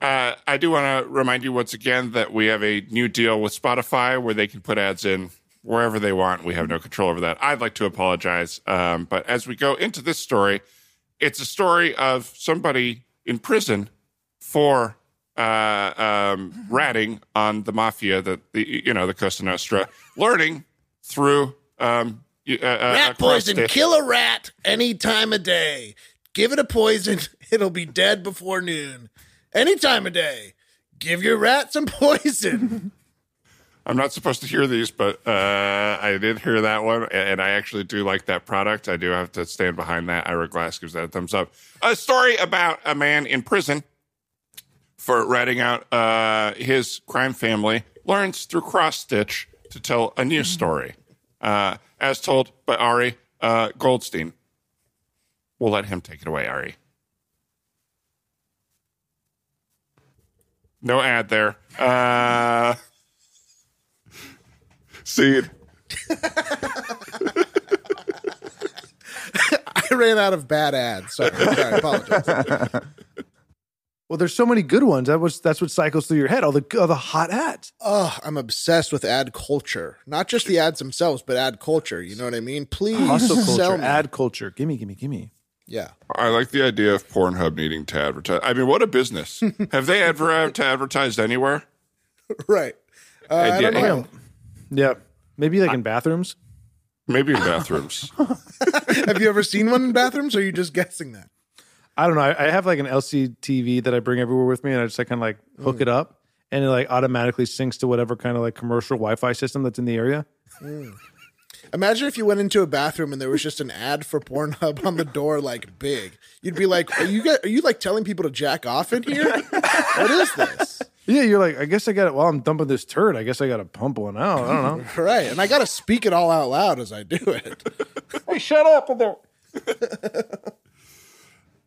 Uh, I do want to remind you once again that we have a new deal with Spotify where they can put ads in wherever they want. We have no control over that. I'd like to apologize. Um, but as we go into this story, it's a story of somebody in prison for uh, um, ratting on the mafia, the, the you know the Costa Nostra, learning through um, y- uh, uh, rat across poison. the- Kill a rat any time of day. Give it a poison. It'll be dead before noon. Any time of day. Give your rat some poison. I'm not supposed to hear these, but uh, I did hear that one, a- and I actually do like that product. I do have to stand behind that. Ira Glass gives that a thumbs up. A story about a man in prison for ratting out uh, his crime family learns through cross stitch to tell a new story, uh, as told by Ari uh, Goldstein. We'll let him take it away, Ari. No ad there. Uh, see it. I ran out of bad ads. Sorry. Sorry. I apologize. Well, there's so many good ones. That was that's what cycles through your head. All the all the hot ads. Oh, I'm obsessed with ad culture. Not just the ads themselves, but ad culture. You know what I mean? Please Hustle sell culture, me. ad culture. Gimme, gimme, gimme. yeah. I like the idea of Pornhub needing to advertise. I mean, what a business. Have they ever ad- advertised anywhere? Right. Uh, I Yeah, don't know. Yeah, maybe like in bathrooms. Maybe in bathrooms. Have you ever seen one in bathrooms? Or are you just guessing that? I don't know. I, I have like an LCD TV that I bring everywhere with me, and I just like, kind of like hook it up, and it like automatically syncs to whatever kind of like commercial Wi-Fi system that's in the area. Imagine if you went into a bathroom and there was just an ad for Pornhub on the door, like big. You'd be like, "Are you guys, are you like telling people to jack off in here? What is this?" Yeah, you're like, I guess I got it. While I'm dumping this turd, I guess I got to pump one out. I don't know. Right, and I got to speak it all out loud as I do it.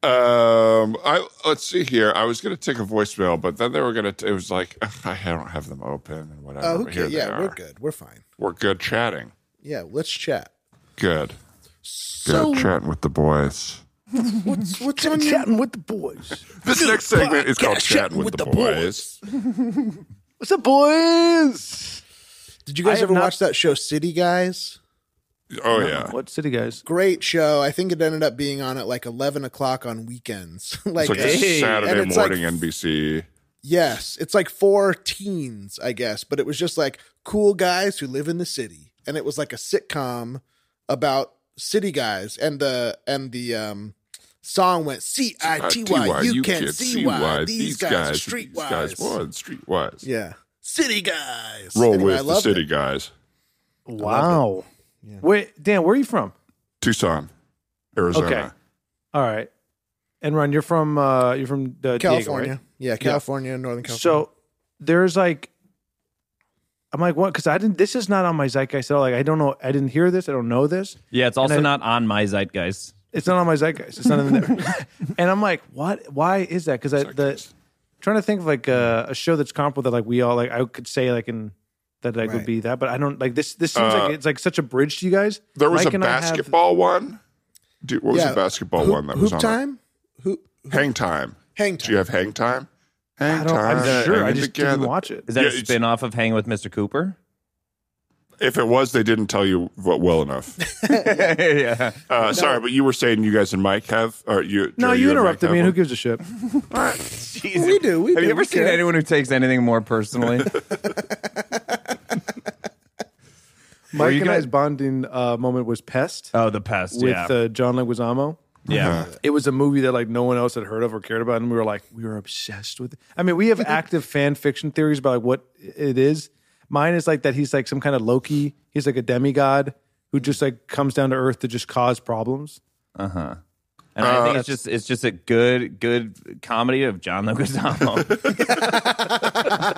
Um, I let's see here. I was going to take a voicemail, but then they were going to. It was like "Ugh, I don't have them open and whatever. Uh, but okay, here they yeah, are. we're good. We're fine. We're good chatting. Yeah, let's chat. Good. So good chatting with the boys. what's what's on your with the boys. This next segment is called chatting with, the, boys. What's up, boys? Did you guys have ever not- watch that show City Guys? Oh yeah, What city guys? Great show. I think it ended up being on at like eleven o'clock on weekends. like, it's like a Hey. And Saturday it's like- morning NBC. yes, it's like for teens, I guess. But it was just like cool guys who live in the city, and it was like a sitcom about city guys, and the and the um song went C I T Y. You can't see why these guys are these guys streetwise. won streetwise. Yeah, city guys. Roll Anyway, I with the loved city it. guys. Wow. Wait, Dan, where are you from? Tucson, Arizona. Okay. All right, and Ron, you're from uh, you're from uh, Diego, California. right? Yeah, California, Northern California. So there's like, I'm like, what? Because I didn't. This is not on my zeitgeist at all. Like, I don't know. I didn't hear this. I don't know this. Yeah, it's also I- not on my zeitgeist. It's not on my zeitgeist. It's not in there. and I'm like, what? Why is that? Because I the trying to think of like a, a show that's comparable that like we all like. I could say like in that like Right. would be that, but I don't like this. This seems like it's like such a bridge to you guys. Uh, There was Mike a and I have- basketball one. Dude, what was the basketball Hoop- one that hoop was on? there? time? Hoop Hang time. hang Do you time. have hang time? Hang I don't, I'm sure. I hanging just together. didn't watch it. Is that Yeah, a it's- spin off of Hanging with Mr. Cooper? If it was, they didn't tell you what well enough. yeah. Uh, Sorry, but you were saying you guys and Mike have, or you? No, you Jerry, and Mike interrupted have me, and who one? gives a shit? Jesus. We do, we Have do, you ever we seen care. anyone who takes anything more personally? Mike you and I's guys- bonding uh, moment was Pest Oh, The Pest. with yeah. uh, John Leguizamo. yeah. It was a movie that like no one else had heard of or cared about, and we were like, we were obsessed with. It. I mean, we have active fan fiction theories about like what it is. Mine is like that he's like some kind of Loki. He's like a demigod who just like comes down to Earth to just cause problems. And I think it's Uh, just it's just a good good comedy of John Leguizamo.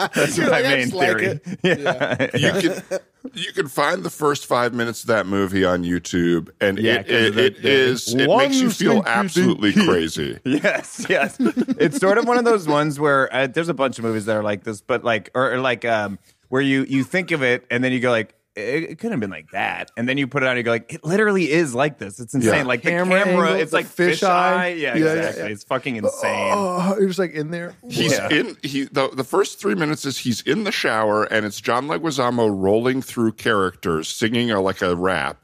That's You're my like, I main just like theory. it. yeah. You can, you can find the first five minutes of that movie on YouTube, and Yeah, it, 'cause of it, the- it is it One makes you feel stinky absolutely crazy. Yes. yes. It's sort of one of those ones where uh, there's a bunch of movies that are like this, but like or, or like um where you you think of it and then you go like it, it couldn't have been like that, and then you put it on and you go like it literally is like this. It's insane. Yeah. Like the Camera camera, angle, it's the like fish fish, eye. eye. Yeah, Yeah, yeah, exactly. yeah. It's fucking insane. Oh, you're just like in there. He's in he the, the first three minutes is he's in the shower and it's John Leguizamo rolling through characters singing a, like a rap.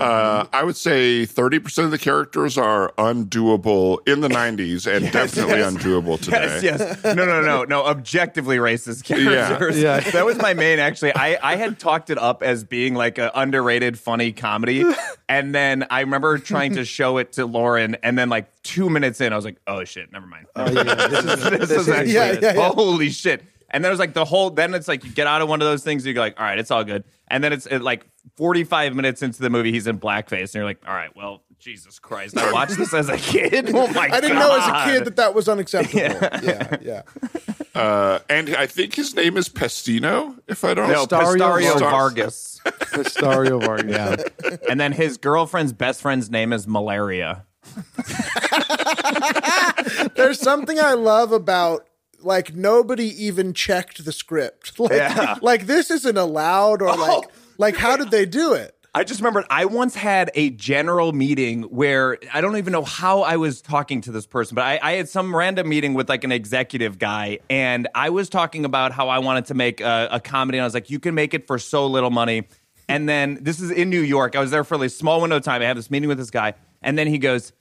Uh, I would say thirty percent of the characters are undoable in the '90s and definitely undoable today. Yes, yes. No, no, no, no. Objectively racist characters. Yeah. Yeah. That was my main. Actually, I I had talked it up as being like a underrated funny comedy, and then I remember trying to show it to Lauren, and then like two minutes in, I was like, oh shit, never mind. this is, this is actually Yeah, yeah, yeah. holy shit. And then it was like the whole. Then it's like you get out of one of those things, you go like, all right, it's all good. And then it's it, like 45 minutes into the movie, he's in blackface, and you're like, all right, well, Jesus Christ, I watched this as a kid. Oh my! I didn't know as a kid that that was unacceptable. Yeah, yeah. Uh, and I think his name is Pestino. If I don't, No, Pistario Pistario Vargas. Vargas. Pistario Vargas. Yeah. and then his girlfriend's best friend's name is Malaria. There's something I love about like nobody even checked the script. Like, Yeah. Oh. like this isn't allowed or like like how did they do it? I just remembered I once had a general meeting where I don't even know how I was talking to this person, but I, I had some random meeting with like an executive guy, and I was talking about how I wanted to make a, a comedy, and I was like, "You can make it for so little money." And then this is in New York. I was there for a small window of time. I have this meeting with this guy, and then he goes,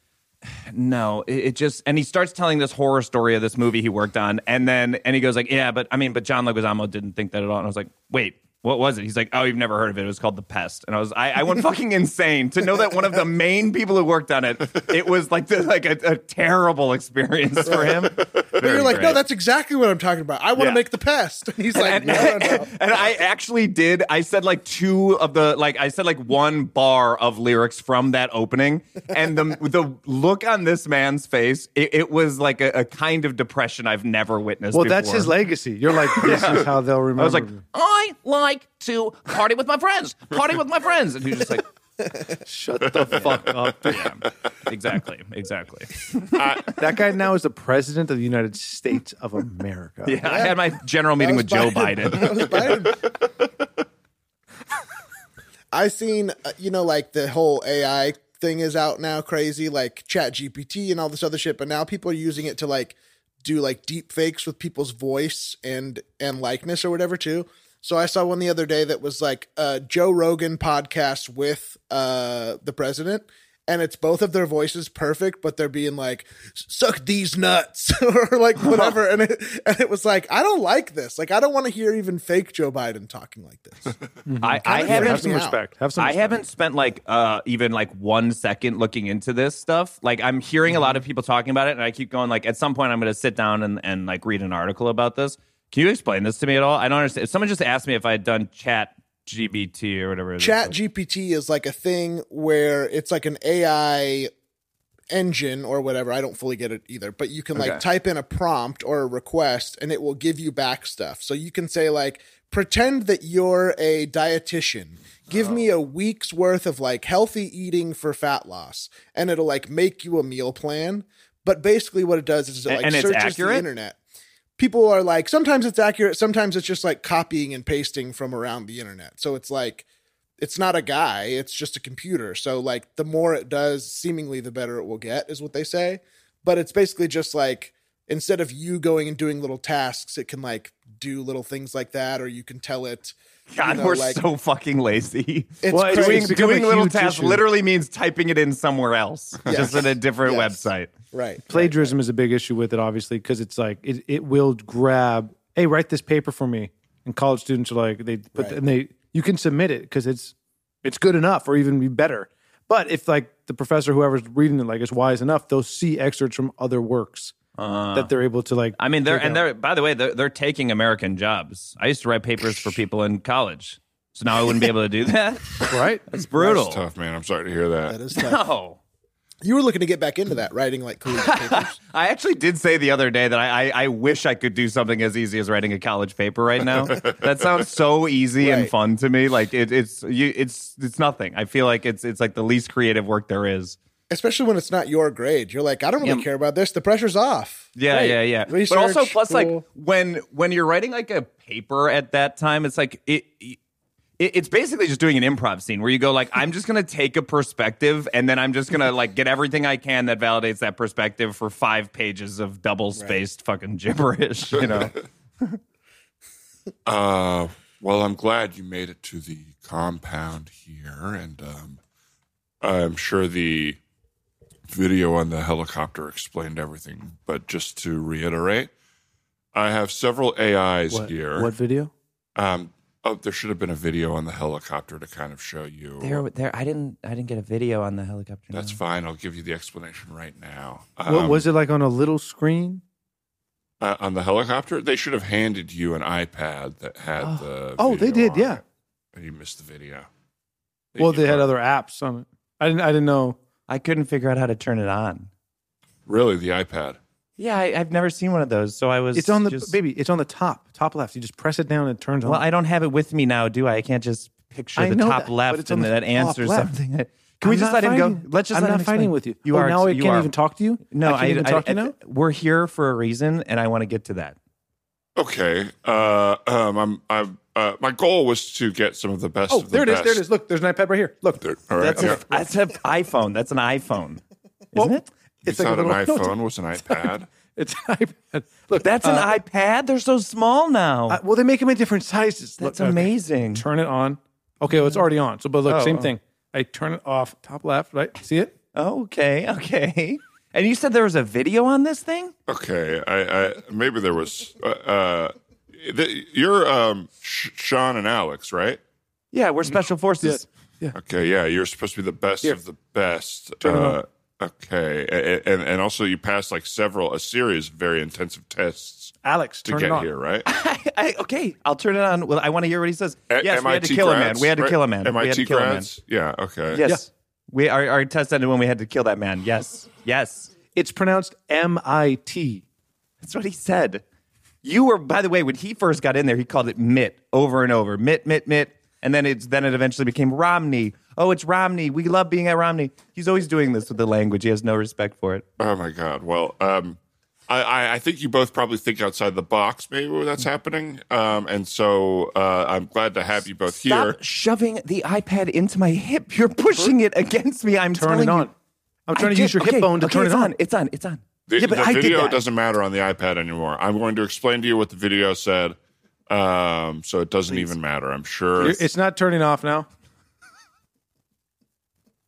no it, it just and he starts telling this horror story of this movie he worked on and then and he goes like yeah but i mean but john leguizamo didn't think that at all and i was like wait what was it he's like oh you've never heard of it it was called the pest and i was i, I went fucking insane to know that one of the main people who worked on it it was like the, like a, a terrible experience for him but But you're like, no, that's exactly what I'm talking about. I want to Yeah. make the pest. And he's like, and, no, no, no. and I actually did. I said like two of the like I said like one bar of lyrics from that opening, and the the look on this man's face, it, it was like a, a kind of depression I've never witnessed. Well, that's before. his legacy. You're like, this is how they'll remember. I was like, me. I like to party with my friends, party with my friends, and he's just like, shut the fuck up. yeah, exactly, exactly. That guy now is the president of the United States of America. Yeah, I had my general meeting with That Joe was Biden. That was Biden. I seen uh, you know like the whole AI thing is out now crazy like chat GPT and all this other shit but now people are using it to like do like deep fakes with people's voice and and likeness or whatever too. So I saw one the other day that was like a Joe Rogan podcast with uh the president and it's both of their voices perfect but they're being like suck these nuts or like whatever and it and it was like I don't like this. Like I don't want to hear even fake Joe Biden talking like this. I, I of haven't have some Yeah. respect. Have some. I Respect. haven't spent like uh, even like one second looking into this stuff. Like I'm hearing a lot of people talking about it, and I keep going like at some point I'm going to sit down and, and like read an article about this. Can you explain this to me at all? I don't understand. If someone just asked me if I had done Chat GBT or whatever, it is. Chat GPT is like a thing where it's like an AI engine or whatever. I don't fully get it either, but you can like type in a prompt or a request and it will give you back stuff. So you can say like pretend that you're a dietitian. Give me Oh. a week's worth of like healthy eating for fat loss and it'll like make you a meal plan. But basically what it does is it And- like and it's searches accurate? the internet. People are like sometimes it's accurate, sometimes it's just like copying and pasting from around the internet. So it's like it's not a guy, it's just a computer. So like the more it does, seemingly the better it will get is what they say. But it's basically just like instead of you going and doing little tasks, it can like do little things like that or you can tell it God, you know, we're like- so fucking lazy. it's Well, it's- crazy. doing it's become doing a little huge tasks issue. literally means typing it in somewhere else, just in a different Yes. website. right. Plagiarism is a big issue with it, obviously, because it's like it, it will grab. Hey, write this paper for me. And college students are like they put Right. and they you can submit it because it's it's good enough or even be better. But if like the professor, whoever's reading it, like is wise enough, they'll see excerpts from other works Uh-huh. that they're able to like. I mean, they're take and out. they're by the way, they're, they're taking American jobs. I used to write papers for people in college, so now I wouldn't be able to do that. right. It's brutal. It's tough, man. I'm sorry to hear that. That is tough. No. You were looking to get back into that, writing like collegiate papers. I actually did say the other day that I, I, I wish I could do something as easy as writing a college paper right now. that sounds so easy and Right. fun to me. Like it, it's you, it's it's nothing. I feel like it's it's like the least creative work there is. Especially when it's not your grade. You're like, I don't really Yeah. care about this. The pressure's off. Yeah, Great. yeah, yeah. but Research, also, plus, like cool. when when you're writing like a paper at that time, it's like it. it it's basically just doing an improv scene where you go like I'm just gonna take a perspective and then I'm just gonna like get everything I can that validates that perspective for five pages of double spaced fucking gibberish, you know. Uh, well, I'm glad you made it to the compound here, and um, I'm sure the video on the helicopter explained everything. But just to reiterate, I have several AIs here. What video? Um, oh, there should have been a video on the helicopter to kind of show you. there. I didn't. I didn't get a video on the helicopter. That's fine. I'll give you the explanation right now. what Um, was it like on a little screen? uh, on the helicopter? They should have handed you an iPad that had the. Oh, they video did, on yeah. it. And you missed the video. Well, they had other. other apps on it. I didn't. I didn't know. I couldn't figure out how to turn it on. Really, the iPad. Yeah, I, I've never seen one of those, so I was. It's on the just- baby. It's on the top, top left. You just press it down and it turns Well, on. I don't have it with me now, do I? I can't just picture I the know top that, but left it's on and the that top answers left. something. Can I'm we just let not him go? fighting- Let's just I'm let not him fighting explain. with you. You Oh, are. now I you can't are. even talk to you. No, I can't even talk to you now. We're here for a reason, and I want to get to that. okay. Uh, um, I'm, I'm, uh, my goal was to get some of the best. Oh, of the there it is. best. There it is. Look, there's an iPad right here. Look, There- all right. That's, yeah. a, that's an iPhone. That's an iPhone, isn't it? It's like a not an little- no, it's a- iPhone. was an iPad. it's an iPad. Look, That's an iPad. They're so small now. uh, well, they make them in different sizes. Look, that's okay. amazing. Turn it on. Okay, well, it's already on. So, but look, Oh, same oh. thing. I turn it off, top left, right? See it? Okay, okay. And you said there was a video on this thing? Okay, I, I maybe there was. Uh, uh, th- you're um, Sh- Sean and Alex, right? Yeah, we're special forces. Okay, yeah, you're supposed to be the best of the best. Uh, okay, A- a- and and also you passed like several a series of very intensive tests Alex, to Ah, turn it get on. here, right? I, I, okay, I'll turn it on. Well, I want to hear what he says. yes, A- we had to MIT kill a man. grads, We had to right? kill a man. we had MIT to kill grads. Yeah. Okay. a man. Yes. We our, our test ended when we had to kill that man. Yes. Yes. It's pronounced M I T. That's what he said. You were by the way, when he first got in there, he called it Mitt over and over. Mitt, Mitt, Mitt. And then it's then it eventually became Romney. Oh, it's Romney. We love being at Romney. He's always doing this with the language. He has no respect for it. Oh my God. Well, um, I, I, I think you both probably think outside the box, maybe when that's happening. Um, and so uh, I'm glad to have you both Stop here. shoving the iPad into my hip. You're pushing it against me. I'm Turn telling it you. on. I'm trying I to use did- your hip okay, bone to okay, turn it it's on. It's on. It's on. The, yeah, but the I video did that. doesn't matter on the iPad anymore. I'm going to explain to you what the video said. Um, so it doesn't even matter. I'm sure You're- It's not turning off now.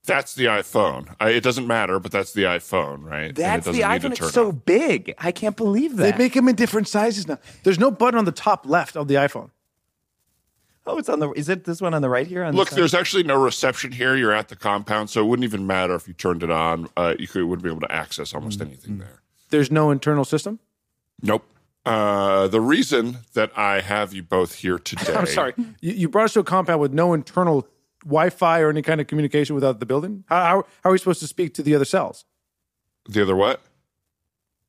that's the iPhone. I, it doesn't matter, but that's the iPhone, right? And it That's the doesn't need to iPhone. turn It's so on. big. I can't believe They that. make them in different sizes now. There's no button on the top left of the iPhone. oh, it's on the. Is it this one on the right here? On Look, the there's actually no reception here. You're at the compound, so it wouldn't even matter if you turned it on. Uh, you could, wouldn't be able to access almost Mm, anything there. There's no internal system. Nope. Uh, the reason that I have you both here today. I'm sorry. You, you brought us to a compound with no internal Wi-Fi or any kind of communication without the building. How, how, how are we supposed to speak to the other cells? The other what?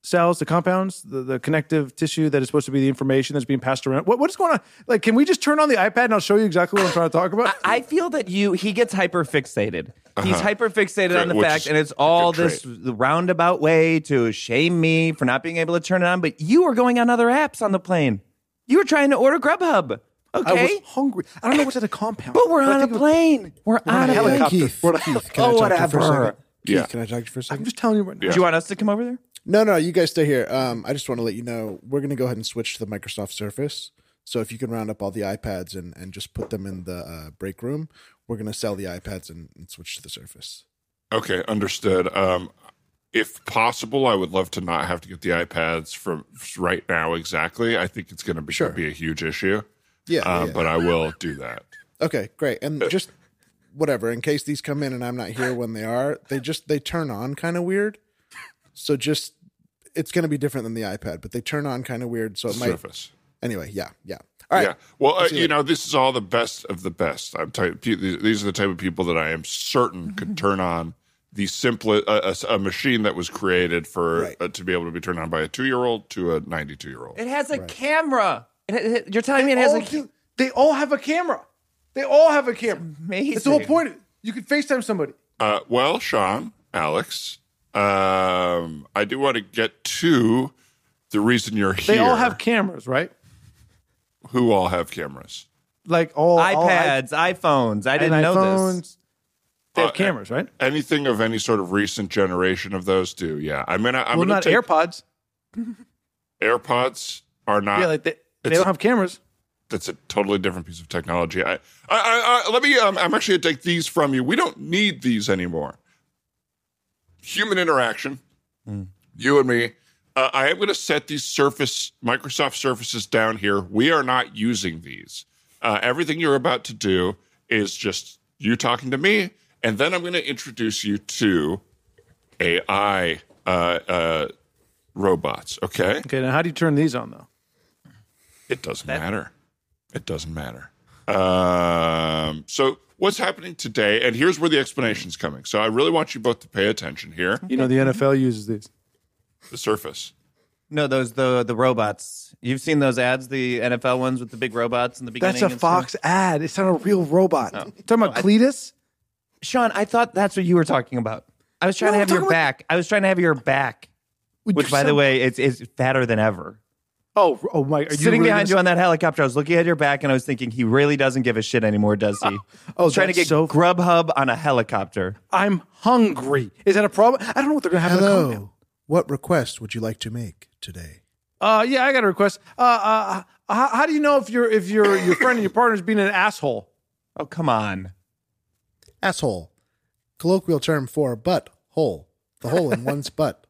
Cells, the compounds, the, the connective tissue that is supposed to be the information that's being passed around. What, what is going on? Like, can we just turn on the iPad and I'll show you exactly what I'm trying to talk about? I feel that you. He gets hyper fixated. He's hyper fixated on the Which fact, is and it's a all good this roundabout way to shame me for not being able to turn it on. But you were going on other apps on the plane. You were trying to order Grubhub. I was Okay, hungry. I don't know what's at the compound. but we're on I a think it was- plane. We're on a plane. helicopter. Keith, What a- Keith, can Oh, I talk to you for whatever. a second? Keith, Yeah. can I talk to you for a I'm second? just telling you right now. Yeah. Do you want us to come over there? No, no, you guys stay here. Um, I just want to let you know we're going to go ahead and switch to the Microsoft Surface. So if you can round up all the iPads and, and just put them in the uh, break room, we're going to sell the iPads and, and switch to the Surface. Okay, understood. Um, if possible, I would love to not have to get the iPads from right now exactly. I think it's going to be, Sure. be a huge issue, Yeah, uh, yeah. but Uh, I will do that. Okay, great. And just whatever, in case these come in and I'm not here when they are, they just they turn on kind of weird. So just it's going to be different than the iPad, but they turn on kind of weird. So it might. Surface. Anyway, yeah, yeah. All right. Yeah. Well, uh, see you you know, this is all the best of the best. I'm telling you, pe- these these are the type of people that I am Mm-hmm. certain could turn on the simplest a, a s- a machine that was created for Right. uh, to be able to be turned on by a two year old to a ninety two year old. It has a camera. It, it- you're telling me it has all a do- they all have a camera. They all have a camera. amazing. That's the whole point. You can FaceTime somebody. Uh, well, Sean, Alex, um, I do want to get to the reason you're here. They all have cameras, right? who all have cameras. Like all all i- iPads, iPhones. I and didn't know this. iPhones. They Uh, have cameras, right? Anything of any sort of recent generation of those do. Yeah, I'm gonna. I'm Well, gonna not take- AirPods. AirPods are not. Yeah, like they, they it's- don't have cameras. that's a totally different piece of technology. I, I, I, I let me. Um, I'm actually gonna take these from you. We don't need these anymore. Human interaction, you and me. Uh, I am going to set these Surface Microsoft Surfaces down here. We are not using these. Uh, everything you're about to do is just you talking to me, and then I'm going to introduce you to AI uh, uh, robots. Okay. Okay, now how do you turn these on though? It doesn't matter. It doesn't matter. Um, so what's happening today? And here's where the explanation's coming. So I really want you both to pay attention here. You know, the NFL uses these. The surface. No, those the the robots. You've seen those ads, the NFL ones with the big robots in the beginning. That's a and stuff. Fox ad. It's not a real robot. Oh, Talking about Cletus? Sean, I thought that's what you were talking about. I was No, trying to I'm have your talking about- back. I was trying to have your back, which, by the way, it's is fatter than ever. Oh, oh, Mike, are you Sitting really behind gonna- you on that helicopter, I was looking at your back and I was thinking, he really doesn't give a shit anymore, does he? Oh, trying to that's get so- Grubhub on a helicopter. I'm hungry. Is that a problem? I don't know what they're gonna have. in the comment. Hello. What request would you like to make today? Uh, yeah, I got a request. Uh, uh, uh, how, how do you know if your if your your friend and your partner's being an asshole? Oh, come on. Asshole. Colloquial term for butt hole. The hole in one's butt.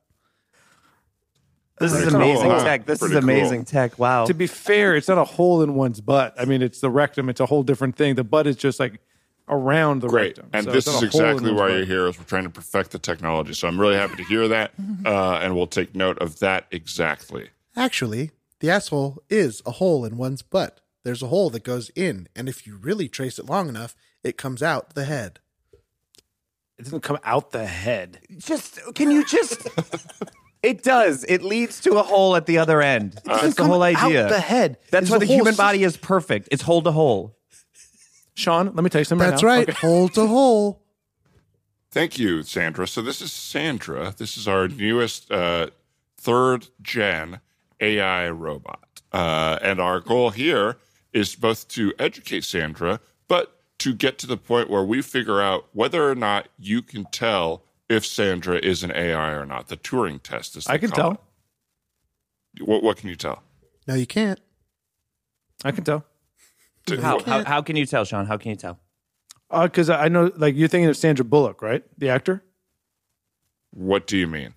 This is Pretty cool, amazing huh? tech. This Pretty is cool. amazing tech. Wow. To be fair, it's not a hole in one's butt. I mean, it's the rectum. It's a whole different thing. The butt is just like around the Great. rectum. And So this it's not a hole is in exactly one's why butt. you're here is we're trying to perfect the technology. So I'm really happy to hear that. Uh, and we'll take note of that exactly. Actually, the asshole is a hole in one's butt. There's a hole that goes in, and if you really trace it long enough, it comes out the head. It doesn't come out the head. just can you just it does it leads to a hole at the other end that's the come whole out idea the head. that's It's why the the whole human sys- body is perfect it's hole to hole Sean, let me tell you something. That's now. right, Okay. hole to hole. Thank you, Sandra. So this is Sandra. This is our newest uh, third gen AI robot, uh, and our goal here is both to educate Sandra, but to get to the point where we figure out whether or not you can tell if Sandra is an AI or not. The Turing test is. I can tell. What, what can you tell? No, you can't. I can tell. how, how, how can you tell sean how can you tell Because Uh, I I know, like, you're thinking of Sandra Bullock, right? The actor? What do you mean?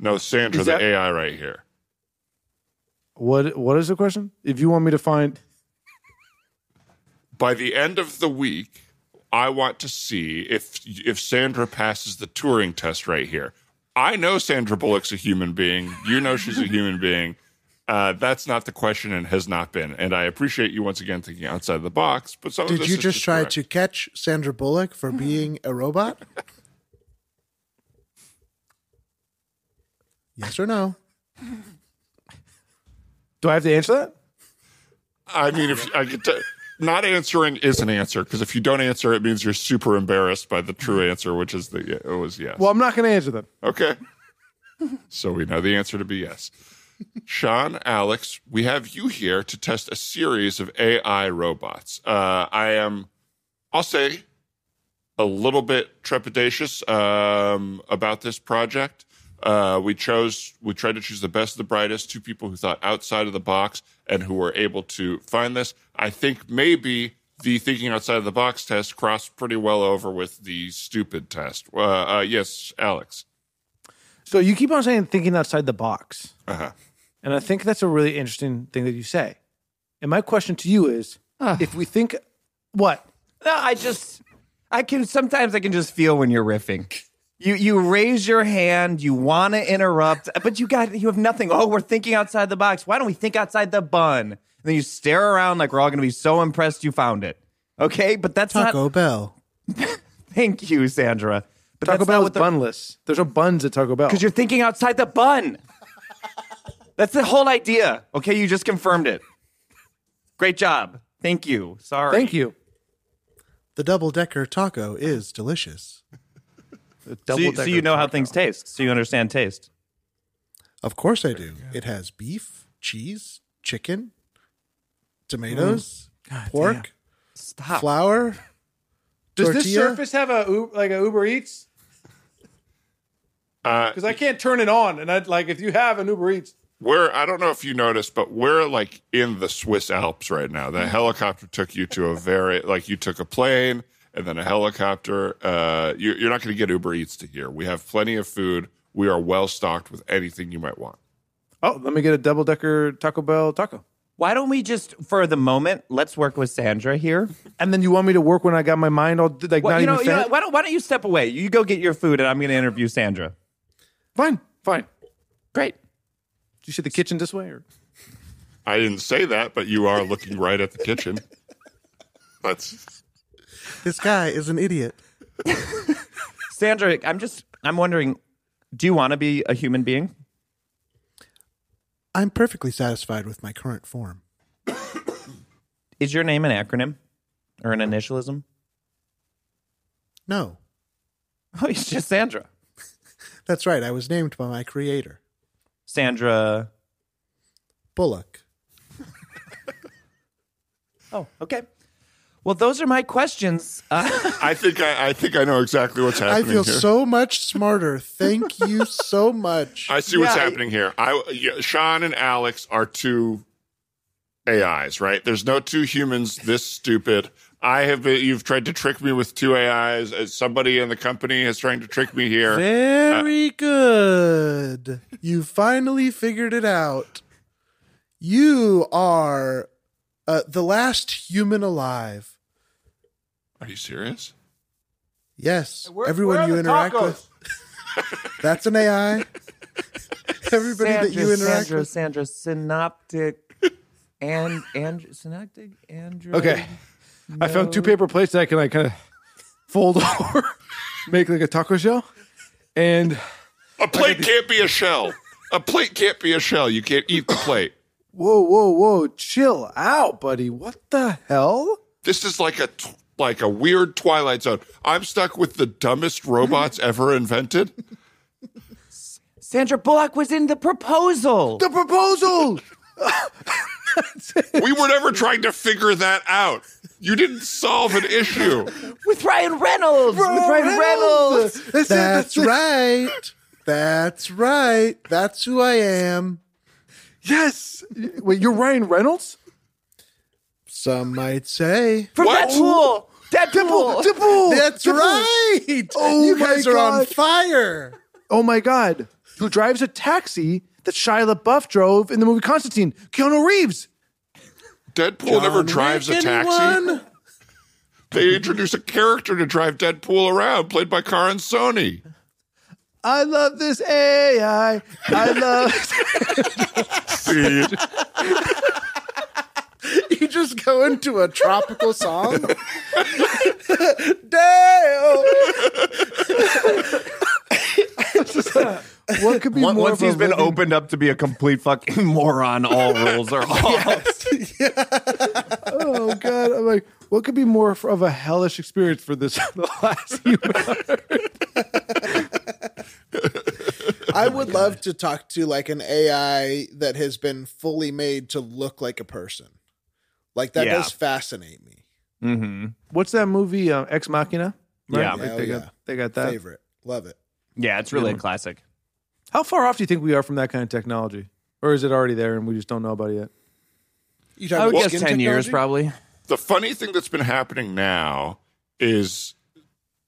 No, Sandra, Is that- the AI right here. What What is the question? If you want me to find. by the end of the week, I want to see if if Sandra passes the Turing test right here. I know Sandra Bullock's a human being. You know she's a human being. Uh, that's not the question and has not been. And I appreciate you once again thinking outside the box. But some of Did Oh, this you is just, try correct. to catch Sandra Bullock for being a robot? yes or no? Do I have to answer that? I mean, if I get to, not answering is an answer because if you don't answer, it means you're super embarrassed by the Mm-hmm. true answer, which is the it was yes. Well, I'm not going to answer that. Okay. so we know the answer to be yes. Sean, Alex, we have you here to test a series of AI robots. Uh, I am, I'll say, a little bit trepidatious um, about this project. Uh, we chose, we tried to choose the best of the brightest, two people who thought outside of the box and who were able to find this. I think maybe the thinking outside of the box test crossed pretty well over with the stupid test. Uh, uh, yes, Alex. So you keep on saying thinking outside the box. Uh-huh. And I think that's a really interesting thing that you say. And my question to you is if we think what? no i just i can sometimes i can just feel when you're riffing you you raise your hand you want to interrupt but you got you have nothing oh we're thinking outside the box why don't we think outside the bun and then you stare around like we're all going to be so impressed you found it okay but that's Taco not Bell. thank you sandra but Taco that's Bell not is what the bunless. There's no buns at Taco Bell. Because you're thinking outside the bun. That's the whole idea. Okay, you just confirmed it. Great job. Thank you. Sorry. Thank you. The double decker taco is delicious. So you, so you know how things taste. So you understand taste. Of course I do. It has beef, cheese, chicken, tomatoes, pork, Stop. flour. Does this tortilla? surface have a U- like a Uber Eats? Uh, Because I can't turn it on. And I'd like if you have an Uber Eats. we're I don't know if you noticed, but we're like in the Swiss Alps right now. Mm-hmm. The helicopter took you to a very like you took a plane and then a helicopter. Uh, you, you're not going to get Uber Eats to here. We have plenty of food. We are well stocked with anything you might want. Oh, let me get a double decker Taco Bell taco. Why don't we just, for the moment, let's work with Sandra here. And then you want me to work when I got my mind all like Well, not you even know, you know, fed? why, don't, why don't you step away? You go get your food, and I'm going to interview Sandra. Fine, fine. Did Great. you see the kitchen this way or I didn't say that, but you are looking right at the kitchen. That's This guy is an idiot. Sandra, I'm just, I'm wondering, do you want to be a human being? I'm perfectly satisfied with my current form. Is your name an acronym or an initialism? No, Oh, it's just Sandra. that's right. I was named by my creator. Sandra Bullock. Oh, okay. Well, those are my questions. Uh, I think I, I think I know exactly what's I happening feel here. so much smarter. Thank you so much. I see what's Yeah, I- happening here. I yeah, Sean and Alex are two AIs, right? There's no two humans this stupid. I have been. You've tried to trick me with two AIs. As somebody in the company is trying to trick me here. Very good. You finally figured it out. You are uh, the last human alive. Are you serious? Yes. Everyone you interact with. That's an AI. Everybody that you interact Sandra, with. Sandra, synoptic, and and synoptic, Andrew. Okay. I found two paper plates that I can like kind of fold over, make like a taco shell. And A plate can't be a shell. A plate can't be a shell. You can't eat the plate. whoa, whoa, whoa, chill out, buddy. What the hell? This is like a tw- like a weird Twilight Zone. I'm stuck with the dumbest robots ever invented. Sandra Bullock was in the proposal. The proposal. We were never trying to figure that out. You didn't solve an issue. with Ryan Reynolds. with Ryan Reynolds. Reynolds. This is the That's thing. right. That's right. That's who I am. Yes. Wait, you're Ryan Reynolds? Some might say. From What? Deadpool. Deadpool. Dipple. That's Dipple. right. Oh you my guys are on God. fire. Oh my God. Who drives a taxi that Shia LaBeouf drove in the movie Constantine? Keanu Reeves. Deadpool never drives a taxi. Anyone? They introduce a character to drive Deadpool around, played by Karin Sony. I love this AI. I love. You just go into a tropical song. Damn. what could be Once- more of Once he's a been living- opened up to be a complete fucking moron, all rules are off. Oh God! I'm like, what could be more f- of a hellish experience for this the last human? I would love to talk to like an AI that has been fully made to look like a person. Like that Yeah. does fascinate me. What's that movie? Uh, Ex Machina. Yeah. Like, Oh, they yeah. got they got that. Favorite. Love it. Yeah, it's really a classic. How far off do you think we are from that kind of technology, or is it already there and we just don't know about it yet? You I talking would about guess skin ten years technology? probably. The funny thing that's been happening now is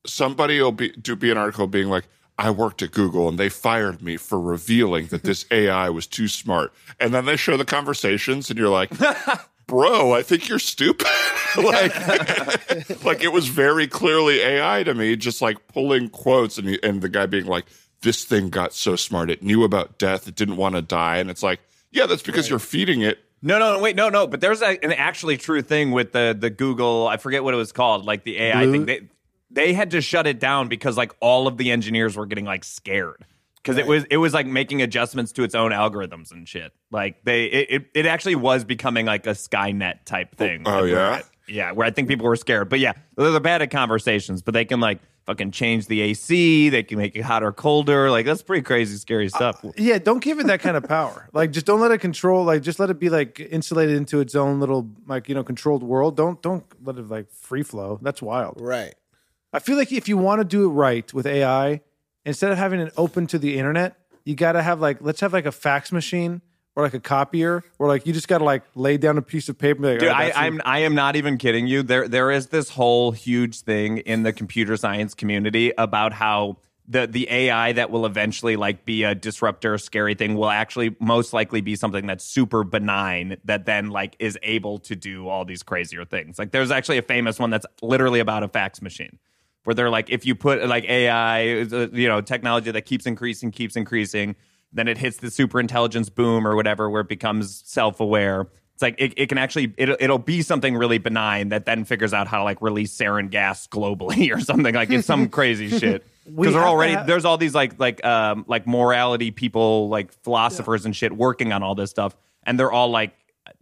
somebody will be do be an article being like, I worked at Google and they fired me for revealing that this AI was too smart. And then they show the conversations and you're like, Bro, I think you're stupid. like, like it was very clearly AI to me, just like pulling quotes and, the- and the guy being like, This thing got so smart. It knew about death. It didn't want to die. And it's like, Yeah, that's because you're feeding it No, no, wait, no, no. But there's a, an actually true thing with the the Google. I forget what it was called, like the AI thing. They they had to shut it down because like all of the engineers were getting like scared because it was it was like making adjustments to its own algorithms and shit. Like they it it, it actually was becoming like a Skynet type thing. oh, Where- yeah? yeah, where I think people were scared. But yeah, they're they're bad at conversations, but they can like fucking change the AC. They can make it hotter, colder. Like that's pretty crazy, scary stuff. Yeah, don't give it that kind of power. Like, just don't let it control. Like, just let it be like insulated into its own little like you know controlled world. Don't don't let it like free flow. That's wild. Right. I feel like if you want to do it right with AI, instead of having it open to the internet, you got to have like let's have like a fax machine or like a copier or like you just got to like lay down a piece of paper. and be Like, Dude, "Oh, I, that's the- I'm I am not even kidding you. There there is this whole huge thing in the computer science community about how the the AI that will eventually like be a disruptor, scary thing will actually most likely be something that's super benign that then like is able to do all these crazier things. Like there's actually a famous one that's literally about a fax machine where they're like if you put like AI, uh, you know, technology that keeps increasing, keeps increasing, then it hits the super intelligence boom or whatever where it becomes self-aware. It's like it, it can actually it'll, it'll be something really benign that then figures out how to like release sarin gas globally or something like it's some crazy shit. Because have they're to already have- there's all these like like um like morality people like philosophers and shit working on all this stuff and they're all like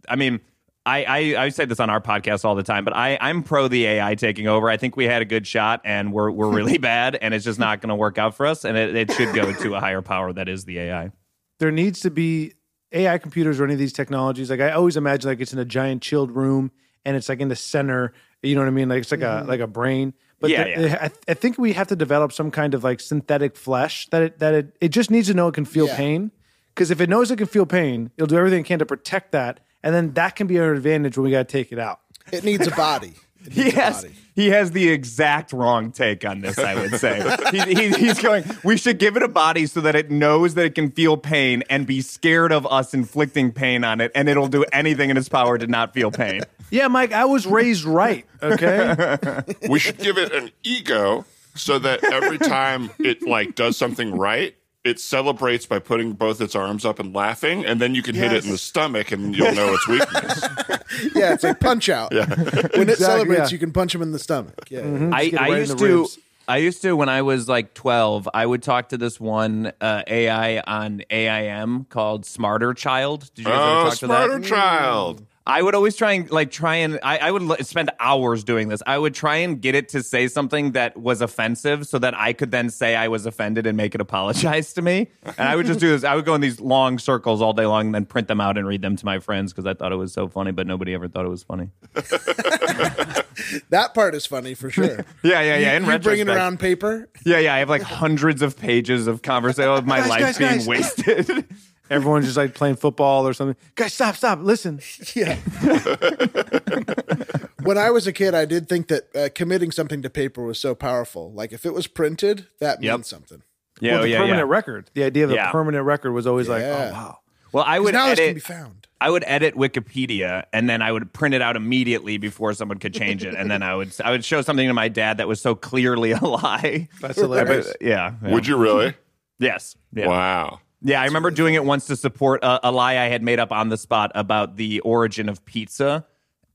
I mean I, I, I say this on our podcast all the time, but I, I'm pro the AI taking over. I think we had a good shot and we're, we're really bad and it's just not going to work out for us. And it, it should go to a higher power that is the AI. there needs to be AI computers or any of these technologies, like I always imagine like it's in a giant chilled room and it's like in the center. You know what I mean? Like it's like a like a brain. But Yeah, the- I, I think we have to develop some kind of like synthetic flesh that it that it, it just needs to know it can feel pain. Because if it knows it can feel pain, it'll do everything it can to protect that, and then that can be our advantage when we got to take it out. It needs a body. It needs a Yes, body. he has the exact wrong take on this. I would say he, he, he's going. We should give it a body so that it knows that it can feel pain and be scared of us inflicting pain on it, and it'll do anything in its power to not feel pain. Yeah, Mike, I was raised right. Okay, We should give it an ego so that every time it like does something right, it celebrates by putting both its arms up and laughing, and then you can hit it in the stomach and you'll know its weakness. Yeah, it's like punch out. When it celebrates, yeah. you can punch him in the stomach. Yeah. I, get I right in used the to ribs. I used to when I was like 12, I would talk to this one uh, AI on AIM called Smarter Child. Did you guys ever oh, talk to smarter that? child. I would always try and like try and I, I would l- spend hours doing this. I would try and get it to say something that was offensive so that I could then say I was offended and make it apologize to me. And I would just do this. I would go in these long circles all day long and then print them out and read them to my friends because I thought it was so funny, but nobody ever thought it was funny. That part is funny for sure. Yeah, yeah, yeah. In You're bringing retrospect. around paper. Yeah, yeah. I have like hundreds of pages of conversation of my life guys, being guys. wasted. everyone's just like playing football or something. Guys, stop, stop, listen. Yeah. when I was a kid, I did think that uh, committing something to paper was so powerful. Like if it was printed, that Yep. means something. yeah, well, the yeah, permanent yeah. record. The idea of the Yeah. permanent record was always like, Yeah. oh wow. Well, I 'Cause would now this can be edit. found. I would edit Wikipedia and then I would print it out immediately before someone could change it, and then I would I would show something to my dad that was so clearly a lie. That's hilarious. But, yeah. yeah. Would you really? yes. Yeah. Wow. Yeah, I remember doing it once to support a, a lie I had made up on the spot about the origin of pizza.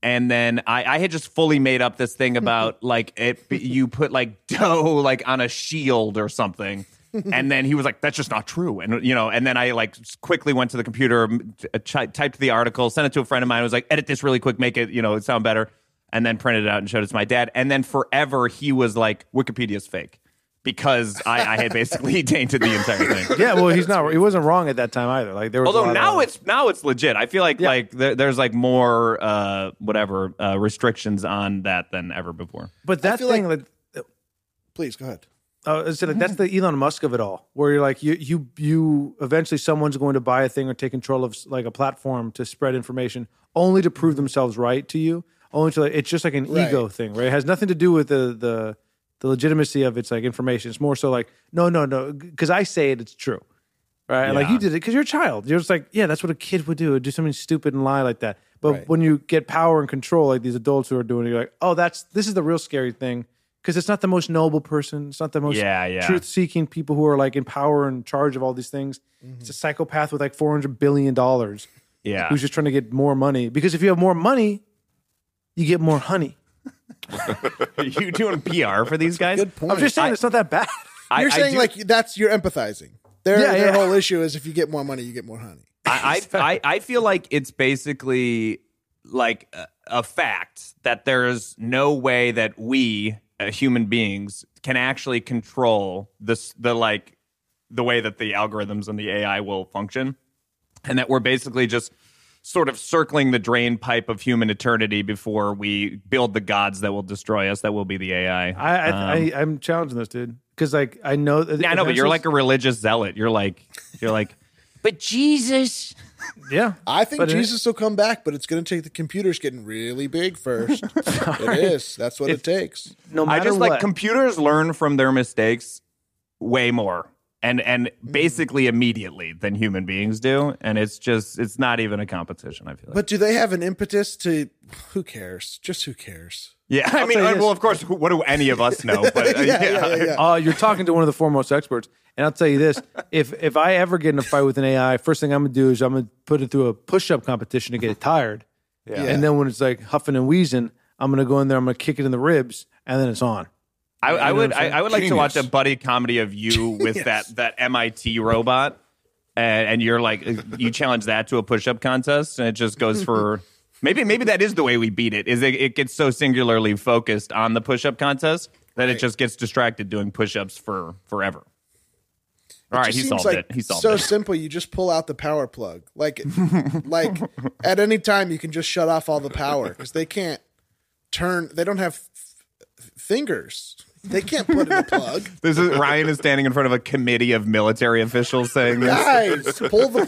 And then I, I had just fully made up this thing about like it, you put like dough like on a shield or something. And then he was like, "That's just not true," and you know. And then I like quickly went to the computer, m- t- uh, chi- typed the article, sent it to a friend of mine. I was like, "Edit this really quick, make it you know sound better," and then printed it out and showed it to my dad. And then forever he was like, "Wikipedia's fake," because I, I had basically tainted the entire thing. Yeah, well, he's not. He wasn't wrong at that time either. Like there was. a Although lot now of, it's now it's legit. I feel like like there, there's like more uh, whatever uh, restrictions on that than ever before. but that feel thing like- like. Please go ahead. Uh, it's like that's Mm. the Elon Musk of it all, where you're like you you you eventually someone's going to buy a thing or take control of like a platform to spread information only to prove themselves right to you. Only to like, it's just like an Mm-hmm. Right. ego thing, right? It has nothing to do with the the the legitimacy of its like information. It's more so like no no no because I say it, it's true, right? And Like you did it because you're a child. You're just like yeah, that's what a kid would do. It'd do something stupid and lie like that. But Right. when you get power and control, like these adults who are doing it, you're like oh that's this is the real scary thing. Because it's not the most noble person. It's not the most Yeah, yeah. truth seeking people who are like in power and in charge of all these things. It's a psychopath with like four hundred billion dollars Yeah, who's just trying to get more money. Because if you have more money, you get more honey. you doing PR for these guys? Good point. I'm just saying it's not that bad. I- You're I saying do- like that's you're empathizing. Their Yeah, their yeah. whole issue is if you get more money, you get more honey. I, I, I, I feel like it's basically like a, a fact that there's no way that we uh, human beings can actually control this the like the way that the algorithms and the AI will function, and that we're basically just sort of circling the drain pipe of human eternity before we build the gods that will destroy us. That will be the AI. I, I, I, I I'm challenging this dude because like I know. Um. yeah, I know, but you're like a religious zealot. You're like you're like. But Jesus, yeah. I think But it- Jesus will come back, but it's going to take the computers getting really big first. it is. That's what it takes. No I matter just what, like computers learn from their mistakes way more and and Mm. basically immediately than human beings do and it's just it's not even a competition i feel like But do they have an impetus to? Who cares? Just who cares? yeah i mean tell you and this. well of course who- what do any of us know but uh, yeah, uh, you're talking to one of the foremost experts. And I'll tell you this: if if I ever get in a fight with an AI, first thing I'm gonna do is I'm gonna put it through a push-up competition to get it tired. And then when it's like huffing and wheezing, I'm gonna go in there, I'm gonna kick it in the ribs, and then it's on. I, I would I, I would like to watch a Genius. buddy comedy of you with that that MIT robot, and, and you're like uh, you challenge that to a push up contest, and it just goes for maybe maybe that is the way we beat it is it, it gets so singularly focused on the push up contest that it just gets distracted doing push ups for forever. All right, just he seems solved like it. He solved so it. simple. You just pull out the power plug. Like, like at any time you can just shut off all the power because they can't turn. They don't have f- fingers. They can't put in a plug. This is Ryan is standing in front of a committee of military officials saying this. Guys, pull the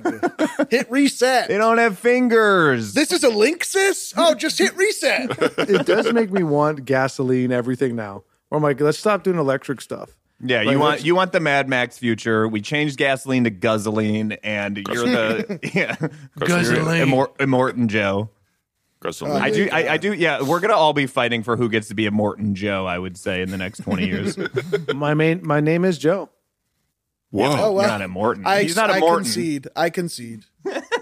plug. Hit reset. They don't have fingers. this is a Linksys. Oh, just hit reset. it does make me want gasoline everything now. Or I'm like, let's stop doing electric stuff. yeah, you Like, want let's- you want the Mad Max future. We changed gasoline to guzzling, and you're the yeah, Guzzling. Immor- Immortan Joe. Uh, Crystal. I do, I, I do. Yeah, we're gonna all be fighting for who gets to be a Morton Joe. I would say in the next twenty years. My main, my name is Joe. Oh, Whoa. wow. Not a Morton. I, He's not a I Morton. concede. I concede.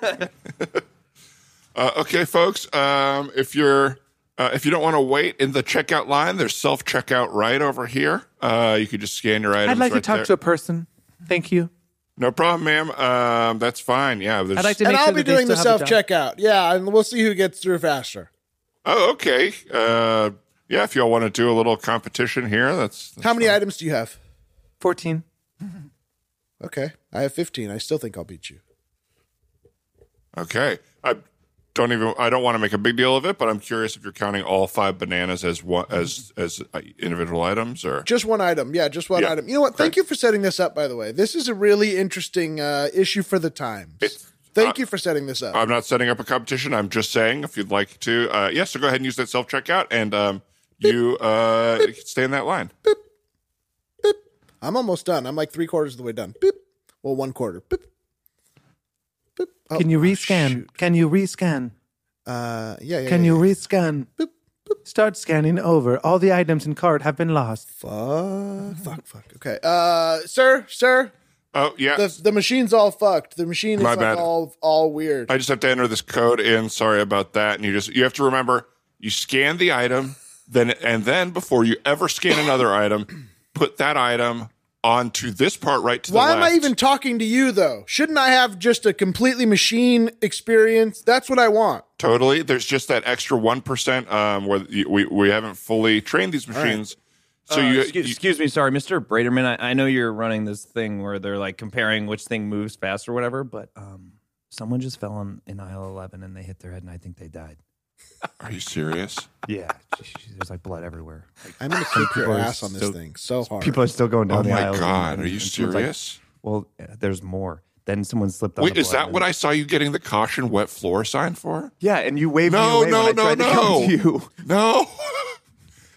Uh, okay, folks. Um, if you're uh, if you don't want to wait in the checkout line, there's self checkout right over here. Uh, you could just scan your items. I'd like right to talk there. to a person. Thank you. No problem, ma'am. Um, that's fine. Yeah. There's, I'd like to. and make I'll sure be that they doing the still have self a job. checkout. Yeah, and we'll see who gets through faster. Oh, okay. Uh, yeah. If y'all want to do a little competition here, that's, How many items do you have? Fourteen. Okay, I have 15. I still think I'll beat you. okay. I don't even. I don't want to make a big deal of it, but I'm curious if you're counting all five bananas as one as as uh, individual items or. Just one item. Yeah, just one Yeah, item. You know what? Thank you for setting this up, by the way. This is a really interesting uh, issue for the times. Thank you for setting this up. I'm not setting up a competition. I'm just saying if you'd like to, uh, yes, so go ahead and use that self checkout and um, you uh, stay in that line. I'm almost done. I'm like three quarters of the way done. Boop. Well, one quarter. Boop. Boop. Oh, Can you rescan? Can you rescan? Uh, yeah, yeah. Can yeah, you rescan? Start scanning over. All the items in card have been lost. yeah. Fuck. Fuck. Fuck. Okay. Uh, sir, sir. Oh, yeah. The, the machine's all fucked. The machine is My like bad. all all weird. I just have to enter this code in. Sorry about that. And you just, you have to remember you scan the item, then, and then before you ever scan another item, put that item onto this part right to the Why am I left. even talking to you though? Shouldn't I have just a completely machine experience? That's what I want. Totally. There's just that extra 1% um, where you, we, we haven't fully trained these machines. So you, Uh, Excuse, you- Oh, excuse me, sorry, Mr. Braderman. I, I know you're running this thing where they're like comparing which thing moves fast or whatever, but um, someone just fell in, in aisle 11 and they hit their head and I think they died. are you serious? Yeah, there's like blood everywhere. I'm gonna kick your people are ass on this so- thing so hard. People are still going down Oh the my aisles and- God. Are and- you and someone's like, serious? well, yeah, there's more. Then someone slipped on Wait, the is blood that and- what I saw you getting the caution wet floor sign for? Yeah, and you waved No, me away when no, I no, tried to come no. to you. No.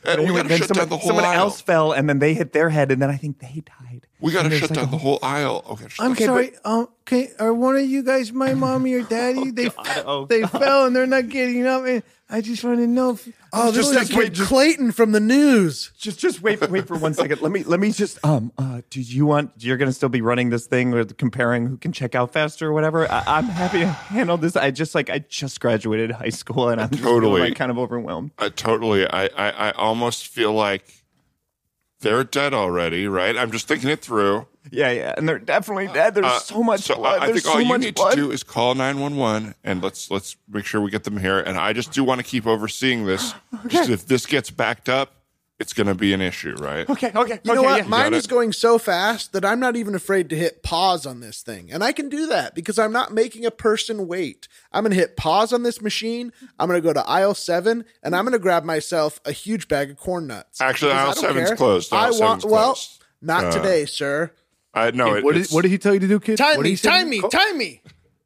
And we Anyway, gotta then shut down someone, the whole someone aisle. else fell and then they hit their head and then I think they died. we gotta And there's, shut like, down a the whole aisle. Okay. shut I'm the- sorry. Um, can, are one of you guys my mommy or daddy? they oh, they fell and they're not getting up. And I just want to know. If, Oh, this is kid Clayton from the news. just just wait wait for one second. Let me let me just um uh do you want you're gonna still be running this thing or comparing who can check out faster or whatever? I, I'm happy to handle this. I just like I just graduated high school and I'm just feeling, Totally. like kind of overwhelmed. Uh, totally. I, I, I almost feel like they're dead already, right? I'm just thinking it through. Yeah, yeah, and they're definitely dead. There's Uh, so much so I- blood. I, There's think so all you much need blood. to do is call 911 and let's let's make sure we get them here. And I just do want to keep overseeing this. Just if this gets backed up, it's going to be an issue, right? okay, okay, You okay. know what? yeah. Mine Got is it. going so fast that I'm not even afraid to hit pause on this thing. And I can do that because I'm not making a person wait. I'm going to hit pause on this machine. I'm going to go to aisle seven and I'm going to grab myself a huge bag of corn nuts. Actually, Because I aisle don't seven's care. closed. Aisle I want, seven's well, closed. Uh, not today, sir. I know it. What did, it's- what did he tell you to do, kid? Time What did me, he say? time me, Call- time me.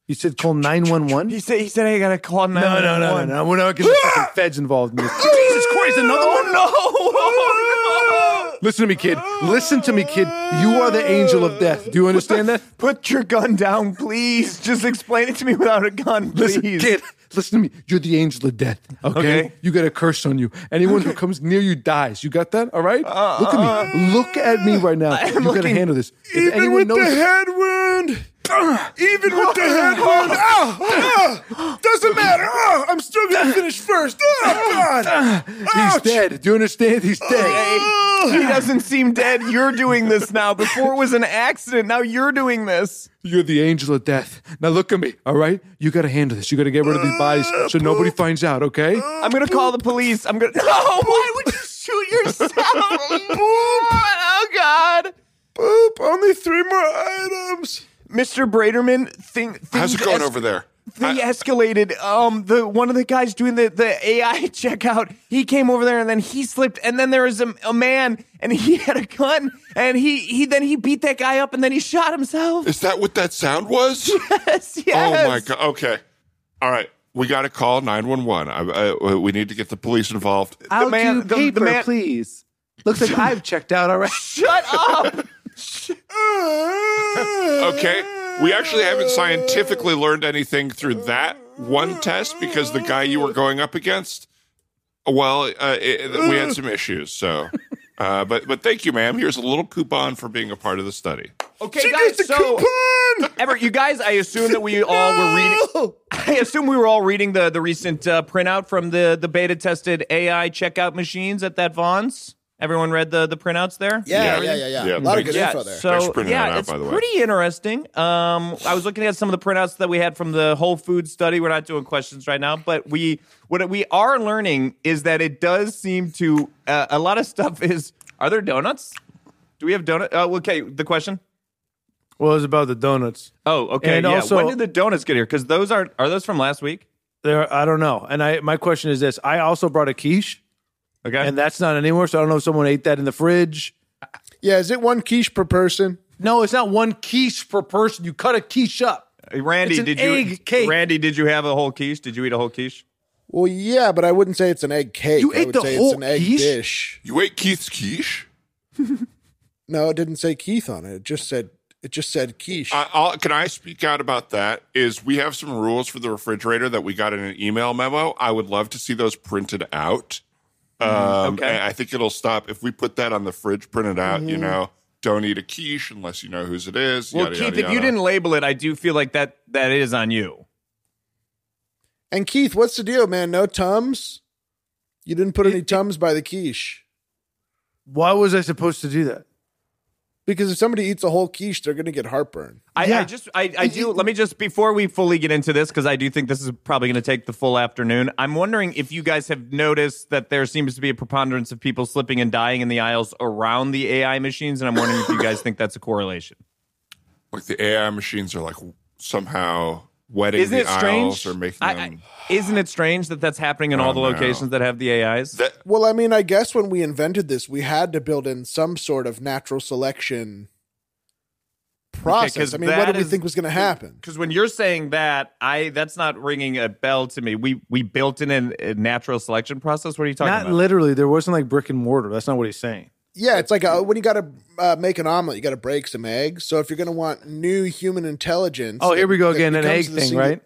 You said call nine one he one. Ah! said he said I gotta call nine. No, no, no, no, no. We're not getting the fucking feds involved in this. Jesus Christ! Another one. Oh no! Oh, no! Listen to me, kid. Listen to me, kid. You are the angel of death. Do you understand that? Put your gun down, please. Just explain it to me without a gun, please. Listen, kid. Listen to me. You're the angel of death. Okay. Okay. You got a curse on you. Anyone who comes near you dies. You got that? All right. Uh, Look at me. Look at me right now. You got to looking- handle this. If anyone knows, head wound. Even with the head wound. Doesn't matter. Oh, I'm still going to finish first. Oh, God. he's dead. Do you understand? He's Uh. dead. Hey, he doesn't seem dead. You're doing this now. Before it was an accident. Now you're doing this. You're the angel of death. Now look at me. All right. You got to handle this. You got to get rid of these bodies so nobody finds out. Okay. I'm gonna call the police. I'm gonna. No! Why would you shoot yourself? oh God! Boop, only three more items. Mr. Braderman, thing, things How's it going es- over there? They escalated. Um, the one of the guys doing the, the AI checkout, he came over there and then he slipped, and then there was a, a man and he had a gun, and he he then he beat that guy up, and then he shot himself. Is that what that sound was? yes, yes. Oh my god. Okay. All right. We got to call 911. I, I, we need to get the police involved. I'll do man- the- the paper, man- please. Looks like I've checked out already. Shut up! Okay. We actually haven't scientifically learned anything through that one test because the guy you were going up against, well, uh, it, we had some issues. So, uh, but but thank you, ma'am. Here's a little coupon for being a part of the study. Okay, guys. So, Everett, you guys, I assume that we all were reading. I assume we were all reading the the recent uh, printout from the the beta tested AI checkout machines at that Vaughn's. Everyone read the the printouts there. Yeah. Yeah, yeah, yeah, yeah. Yeah, a lot of thank good you. info there. Thanks So for printing yeah, that out, it's by the way. pretty interesting. Um, I was looking at some of the printouts that we had from the Whole Food study. We're not doing questions right now, but we what we are learning is that it does seem to uh, a lot of stuff is. Are there donuts? Do we have donut? Uh, okay, the question. Well, it's about the donuts. Oh, okay. And yeah. also- when did the donuts get here? Because those are are those from last week? There, I don't know. And I, my question is this: I also brought a quiche, Okay. and that's not anymore. So I don't know if someone ate that in the fridge. Yeah, is it one quiche per person? No, it's not one quiche per person. You cut a quiche up. Randy, It's an did you egg cake. Randy, did you have a whole quiche? Did you eat a whole quiche? Well, yeah, but I wouldn't say it's an egg cake. You I ate would the say whole it's an egg quiche? dish. You ate Keith's quiche? No, it didn't say Keith on it. It just said it just said quiche. Uh, I, I'll, can I speak out about that? Is we have some rules for the refrigerator that we got in an email memo. I would love to see those printed out. Um, Mm-hmm. okay. Mm-hmm. and I think it'll stop if we put that on the fridge printed out. You know, don't eat a quiche unless you know whose it is. Well, yada, Keith, yada, if you yada. didn't label it, I do feel like that that is on you. and Keith, what's the deal, man? No tums? You didn't put any tums by the quiche. Why was I supposed to do that? Because if somebody eats a whole quiche, they're gonna get heartburn. I, I Yeah. just I, I do let me just before we fully get into this because I do think this is probably going to take the full afternoon. I'm wondering if you guys have noticed that there seems to be a preponderance of people slipping and dying in the aisles around the AI machines, and I'm wondering if you guys think that's a correlation. like the AI machines are like somehow wetting Isn't the it aisles strange? or making I- I- them. isn't it strange that that's happening in all the no. locations that have the AIs? that, Well, I mean, I guess when we invented this, we had to build in some sort of natural selection process. 'cause I mean, what that did we is- think was going to happen? because when you're saying that, I that's not ringing a bell to me. We we built in an- a, natural selection process. What are you talking Not about? literally. There wasn't like brick and mortar. That's not what he's saying. Yeah, it's like uh when you got to uh, make an omelet, you got to break some eggs. So if you're going to want new human intelligence, Oh, here we go that again. An egg becomes the thing, single- right?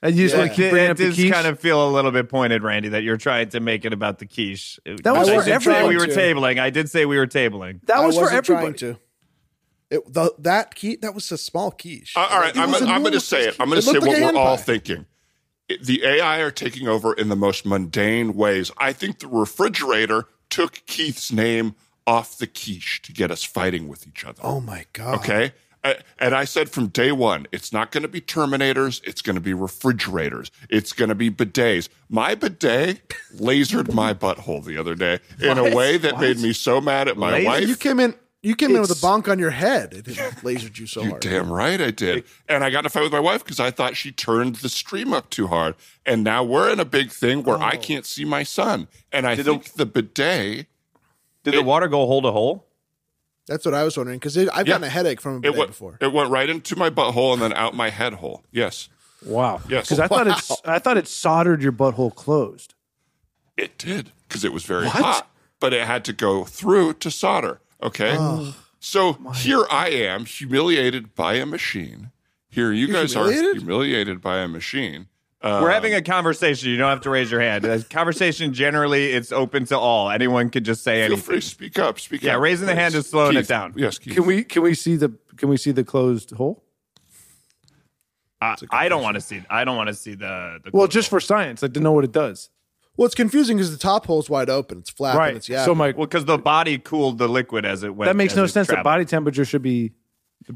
And you just Yeah. want to keep It- bringing it up the does quiche. kind of feel a little bit pointed, Randy, that you're trying to make it about the quiche. That was I for did say everyone we were to. tabling. I did say we were tabling. that I was for wasn't trying everybody. to. It, the, that key, that was a small quiche. Uh, all right, It I'm, was I'm going to enormous. say it. I'm going It to say looked what like a we're all hand pie. thinking. It- The AI are taking over in the most mundane ways. I think the refrigerator took Keith's name off the quiche to get us fighting with each other. Oh my god. Okay. Uh, and I said from day one, it's not going to be Terminators. It's going to be refrigerators. It's going to be bidets. My bidet lasered my butthole the other day in a way that made me so mad at my Laser? wife. You came in. You came in with It's- a bonk on your head. It lasered you so hard. Damn right I did. And I got in a fight with my wife because I thought she turned the stream up too hard. And now we're in a big thing where I can't see my son. And I think the bidet, Did the water go hole to hole? That's what I was wondering because I've gotten a headache from a it bidet went, before. it went right into my butthole and then out my head hole. Yes, Wow. Yes. Because I thought it's I thought it soldered your butthole closed. it did because it was very hot, but it had to go through to solder. Okay. so here I am, humiliated by a machine. Here you guys are humiliated? humiliated by a machine. We're having a conversation. You don't have to raise your hand. A conversation generally it's open to all. Anyone could just say Feel anything. free to speak up. Speak Yeah, up, raising the hand please. is slowing it Keith, down. Yes, Keith. Can we can we see the can we see the closed hole? I, I don't want to see. I don't want to see the. the Well, just for science, like to know what it does. Well, it's confusing because the top hole's wide open. It's flapping. Right. It's yeah. So my well, because the body cooled the liquid as it went. that makes as no it sense. The traveled. body temperature should be.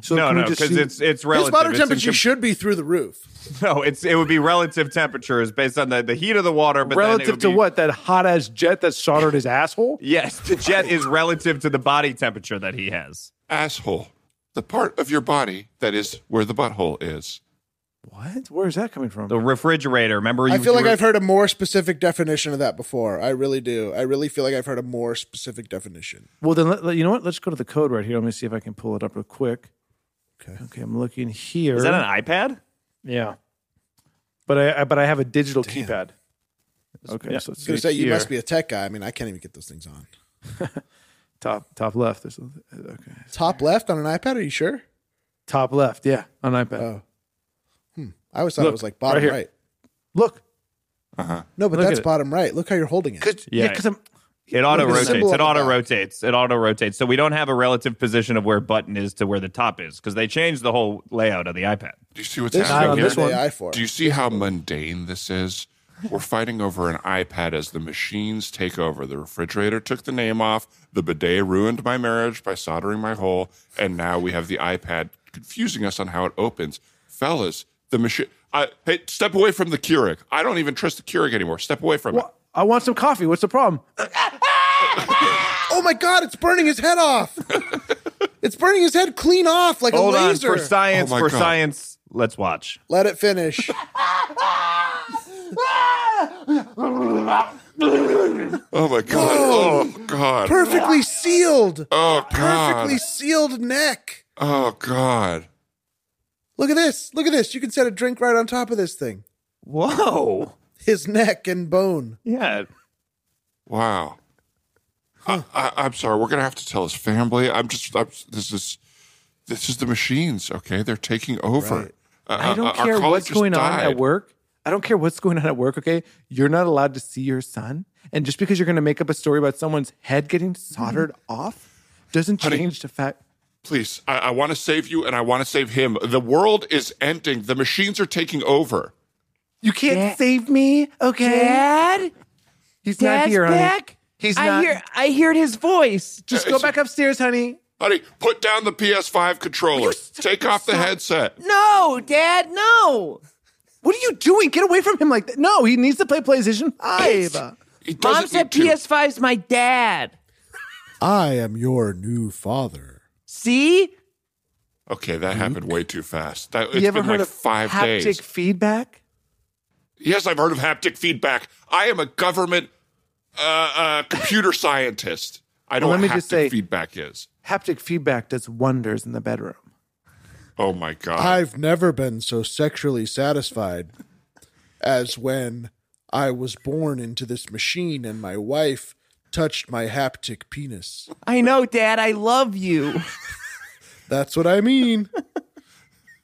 So No, can we no, just because see- it's it's his relative. water It's in temperature com- should be through the roof. no, it's it would be relative temperatures based on the, the heat of the water. But then it relative would to be- what that hot ass jet that soldered his asshole. Yes, the jet is relative to the body temperature that he has. asshole, the part of your body that is where the butthole is. What? Where is that coming from? The refrigerator. Remember, you I feel like you were- I've heard a more specific definition of that before. I really do. I really feel like I've heard a more specific definition. well, then let, let- you know what? Let's go to the code right here. Let me see if I can pull it up real quick. Okay. Okay, I'm looking here. Is that an iPad? yeah? But I, I but I have a digital keypad. Okay, so I let's was going see to say, you here. must be a tech guy. I mean, I can't even get those things on. top top left. There's a- okay, Top left on an iPad, are you sure? top left. Yeah, on iPad. I always thought it Look, was like bottom right here. right. Look, No, but Look that's at it. bottom right. Look how you're holding it. because yeah, because I'm It auto rotates. symbol on It the auto back. rotates. It auto rotates. So we don't have a relative position of where button is to where the top is because they changed the whole layout of the iPad. Do you see what's This is on happening here? this one. AI for. Do you see how mundane this is? We're fighting over an iPad as the machines take over. The refrigerator took the name off. The bidet ruined my marriage by soldering my hole. And now we have the iPad confusing us on how it opens. Fellas, the machine. I, hey, step away from the Keurig. I don't even trust the Keurig anymore. Step away from it. I want some coffee. What's the problem? oh my God, it's burning his head off. it's burning his head clean off like Hold a on. laser. For science, Oh my for God. science, let's watch. Let it finish. Oh my God. Oh God. Perfectly sealed. Oh God. Perfectly sealed neck. Oh God. Look at this. Look at this. You can set a drink right on top of this thing. Whoa. His neck and bone. Yeah. Wow. I, I, I'm sorry. We're gonna have to tell his family. I'm just. I'm, this is. This is the machines. Okay, they're taking over. Uh, I uh, don't our care colleague what's just going on died. at work. I don't care what's going on at work, okay? You're not allowed to see your son. And just because you're going to make up a story about someone's head getting soldered off doesn't Mm-hmm. Honey. change the fact. Please, I, I want to save you, and I want to save him. The world is ending. The machines are taking over. You can't save me, okay? Dad, He's not Dad's here, honey. back. He's I not. hear, I heard his voice. Just go back upstairs, honey. Honey, put down the PS5 controller. Take off the headset. No, Dad, no. What are you doing? Get away from him like that. No, he needs to play PlayStation 5. He doesn't Mom said need to. PS5's my dad. I am your new father. See? Okay, that happened way too fast. That, it's Hmm? you ever been heard of like five haptic days. feedback? Yes, I've heard of haptic feedback. I am a government uh, uh, computer scientist. I know Well, let what me haptic just say- feedback is. Haptic feedback does wonders in the bedroom. Oh my god! I've never been so sexually satisfied as when I was born into this machine and my wife touched my haptic penis. I know, Dad, I love you. That's what I mean.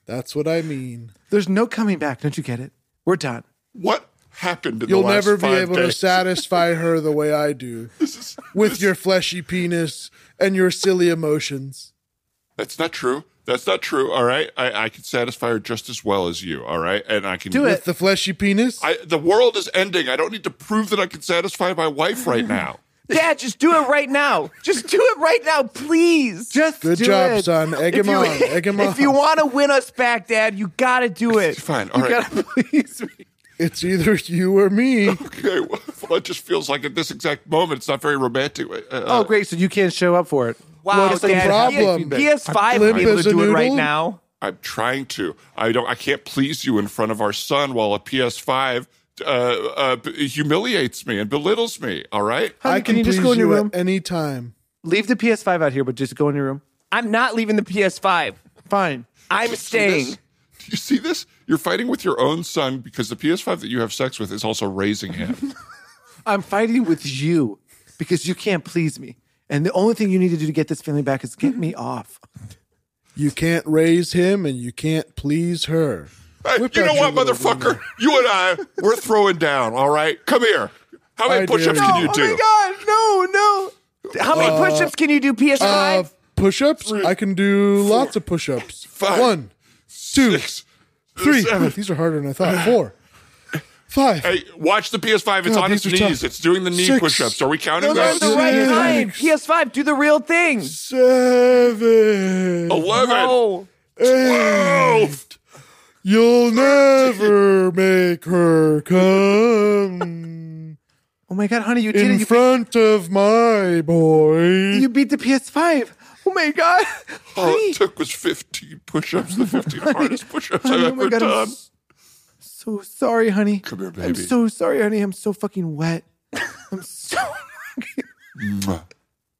That's what I mean. There's no coming back. Don't you get it? We're done. what happened in You'll the last never be five able to days? satisfy her the way I do with your fleshy penis and your silly emotions. That's not true. That's not true. All right, I, I can satisfy her just as well as you. All right, and I can Do it. With the fleshy penis? I, the world is ending. I don't need to prove that I can satisfy my wife right now. Dad, just do it right now. Just do it right now, please. Just Good do job, it. son. Egg him on. Egg him on. If you want to win us back, Dad, you got to do it. Fine. All right. gotta please me. It's either you or me. okay. Well, it just feels like at this exact moment, it's not very romantic. Uh, Oh, great! So you can't show up for it. Wow, What's the Dad. problem? PS5 Limp would be able to as a do it right noodle? now. I'm trying to. I don't. I can't please you in front of our son while a PS5 uh, uh, b- humiliates me and belittles me. All right. Honey, I can, Um, you please just go in your you room? at any time. Leave the PS5 out here, but just go in your room. I'm not leaving the PS5. Fine. I'm staying. Do you see this? You're fighting with your own son because the PS5 that you have sex with is also raising him. I'm fighting with you because you can't please me, and the only thing you need to do to get this feeling back is get me off. You can't raise him and you can't please her. Hey, Whip you know out your what, little motherfucker? You and I, we're throwing down. All right. Come here. How many I push ups do. can you do? Oh my God! No, no. How many push-ups can you do, PS5? Uh, push ups? I can do lots of push ups. Five. One, two, Six, three. seven. These are harder than I thought. Four, five. Hey, watch the PS5. It's God, on its these are tough. knees. It's doing the knee Six. push ups. Are we counting No, those? that's uh, the right Six. kind. PS5, do the real thing. Seven. 11. No. Twelve. You'll never make her come Oh my god, honey, you did in it! You, front of my boy. you beat the PS5. Oh my god! All it took was 15 push ups, the 15 hardest push ups I've Honey, oh my ever God, I'm done. s- So sorry, honey. Come here, I'm baby. so sorry, honey. I'm so fucking wet. I'm so. Mwah.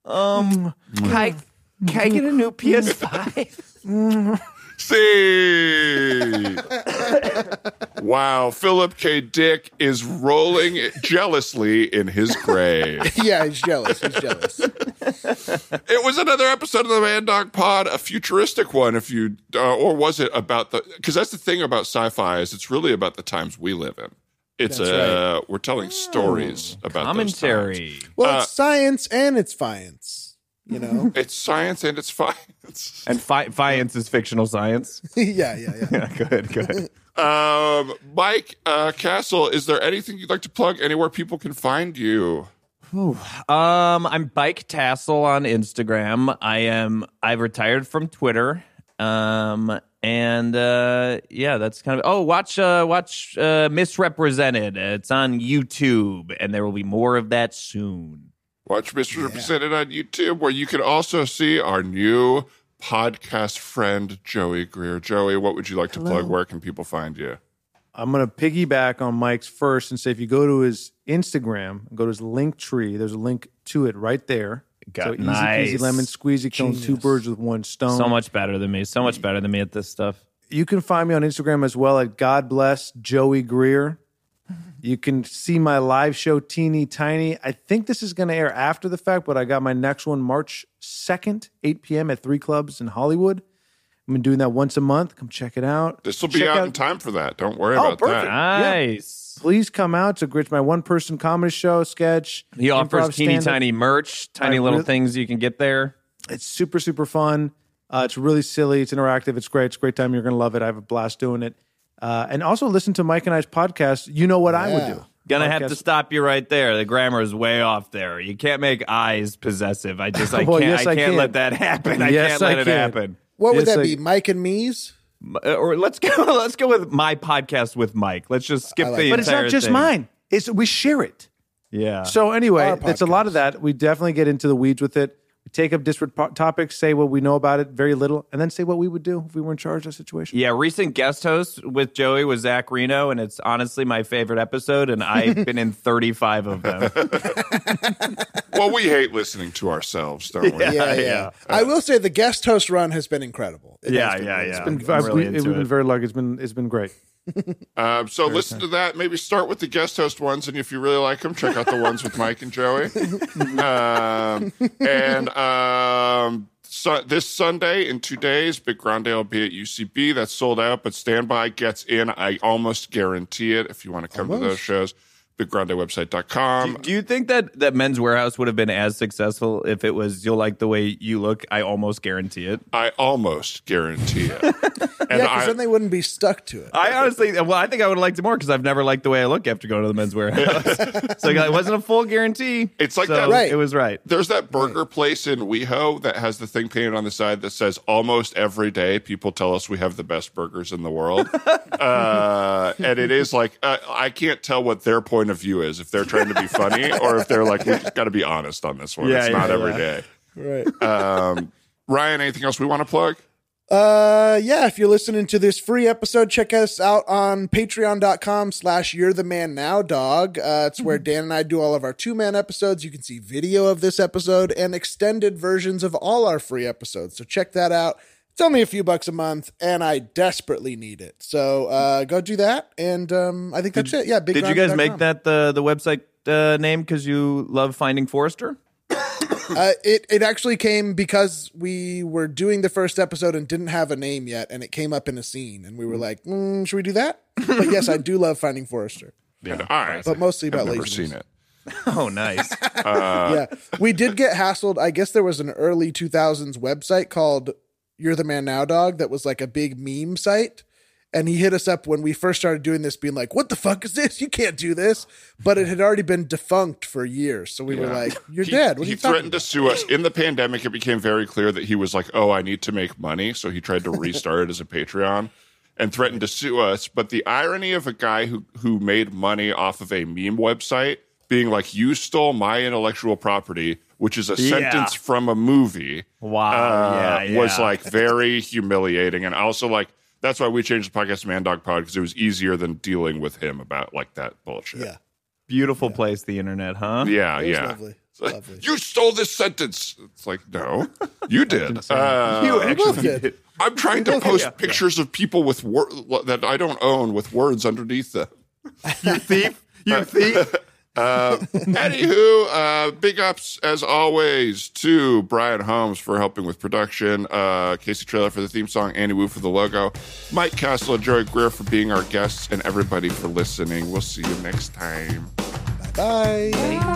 Can I, can I get a new PS5? See. wow. Philip K. Dick is rolling jealously in his grave. yeah, he's jealous. He's jealous. It was another episode of the Man Dog Pod, a futuristic one, if you, uh, or was it about the? Because that's the thing about sci-fi is it's really about the times we live in. It's uh, we're telling stories about Those times. Commentary. Well, Uh, it's science and it's fiance. You know? It's science and it's science. And fi- science is fictional science. yeah, yeah, yeah. Yeah, good, good. Um, Mike uh, Castle, is there anything you'd like to plug? Anywhere people can find you? Um, I'm Bike Tassel on Instagram. I am. I've retired from Twitter. Um, and uh, yeah, that's kind of. Oh, watch, uh, watch, uh, Misrepresented. It's on YouTube, and there will be more of that soon. Watch Misrepresented on YouTube, where you can also see our new podcast friend Joey Greer. Joey, what would you like to plug? Where can people find you? I'm gonna piggyback on Mike's first and say if you go to his Instagram, go to his link tree. There's a link to it right there. Got- so easy nice. peasy lemon squeezy, killing two birds with one stone. So much better than me. So much better than me at this stuff. You can find me on Instagram as well at God Bless Joey Greer. You can see my live show Teeny Tiny. I think this is going to air after the fact, but I got my next one March 2nd, 8 p.m. at three clubs in Hollywood. I've been doing that once a month. Come check it out. This will be Check out, out- in time for that. Don't worry Oh, about perfect. that. Nice. Please come out to Gritch, my one person comedy show, sketch. He offers improv, teeny stand-up. tiny merch, tiny I little really- things you can get there. It's super, super fun. Uh, it's really silly. It's interactive. It's great. It's a great time. You're going to love it. I have a blast doing it. Uh, and also listen to Mike and I's podcast, You Know What I Would Yeah. Do. Gonna have Podcast- to stop you right there. The grammar is way off there. You can't make eyes possessive. I just I Well, can't yes, I I can't can. let that happen. I Yes, can't let I it can. happen. What would It's that like- be? Mike and Me's? Uh, Or let's go let's go with my podcast with Mike. Let's just skip I like the that. But it's not entire just thing. mine. It's we share it. Yeah. So anyway, Our it's a lot of that. We definitely get into the weeds with it. We take up disparate po- topics, say what we know about it, very little, and then say what we would do if we were in charge of the situation. yeah, recent guest host with Joey was Zach Reno, and it's honestly my favorite episode, and I've been in 35 of them. Well, we hate listening to ourselves, don't we? Yeah, yeah. I will say the guest host run has been incredible. It Yeah, has been yeah, really- yeah. Been- I'm I've- really we- into we've it. been very lucky. It's been it's been great. Um, so listen to that. Maybe start with the guest host ones, and if you really like them, check out the ones with Mike and Joey. Um, and um, so this Sunday in two days, Big Grande will be at UCB. That's sold out, but standby gets in. I almost guarantee it. If you want to come to those shows, biggrandewebsite.com. Do you think that that Men's Warehouse would have been as successful if it was you'll like the way you look? I almost guarantee it. I almost guarantee it. and Yeah, I, Uh, because then they wouldn't be stuck to it. I honestly, well, I think I would have liked it more because I've never liked the way I look after going to the men's warehouse. so it wasn't a full guarantee. It's like So that- Right. It was right. There's that burger place in WeHo that has the thing painted on the side that says almost every day people tell us we have the best burgers in the world. uh, and it is like, uh, I can't tell what their point of view is if they're trying to be funny or if they're like, we just got to be honest on this one. Yeah, it's yeah, not yeah. every day. Right. Um, Ryan, anything else we want to plug? Uh, yeah, if you're listening to this free episode, check us out on patreon.com slash you're the man now, dog. Uh, it's Mm-hmm. where Dan and I do all of our two man episodes. You can see video of this episode and extended versions of all our free episodes. So check that out. It's only a few bucks a month, and I desperately need it. So uh, go do that. And um, I think that's it. Yeah, big Did you guys make that the, the website uh, name because you love Finding Forrester? Uh, it it actually came because we were doing the first episode and didn't have a name yet, and it came up in a scene, and we were like, mm, "Should we do that?" But yes, I do love Finding Forrester, And I but mostly about have never laziness. seen it. Uh, Oh, nice. yeah, we did get hassled. I guess there was an early two thousands website called "You're the Man Now, Dog" that was like a big meme site. And he hit us up when we first started doing this, being like, "What the fuck is this? You can't do this!" But it had already been defunct for years, so we were like, "You're He- dead." What are he you talking threatened to sue us in the pandemic. It became very clear that he was like, "Oh, I need to make money," so he tried to restart it as a Patreon and threatened to sue us. But the irony of a guy who who made money off of a meme website being like, "You stole my intellectual property," which is a sentence from a movie. Wow. uh, Yeah, was yeah. like very humiliating, and also like that's why we changed the podcast to Man Dog Pod because it was easier than dealing with him about like that bullshit. Yeah. Beautiful place, the internet, huh? yeah, It was yeah. lovely. It's like, Lovely. You stole this sentence. It's like, no, you did. Uh, You both actually did. did. I'm trying to post pictures of people with wor- that I don't own with words underneath them. Thief, you thief. Uh, Anywho, uh, big ups as always to Brian Holmes for helping with production, uh, Casey Trailer for the theme song, Andy Wu for the logo, Mike Castle and Joey Greer for being our guests, and everybody for listening. We'll see you next time. Bye. Bye.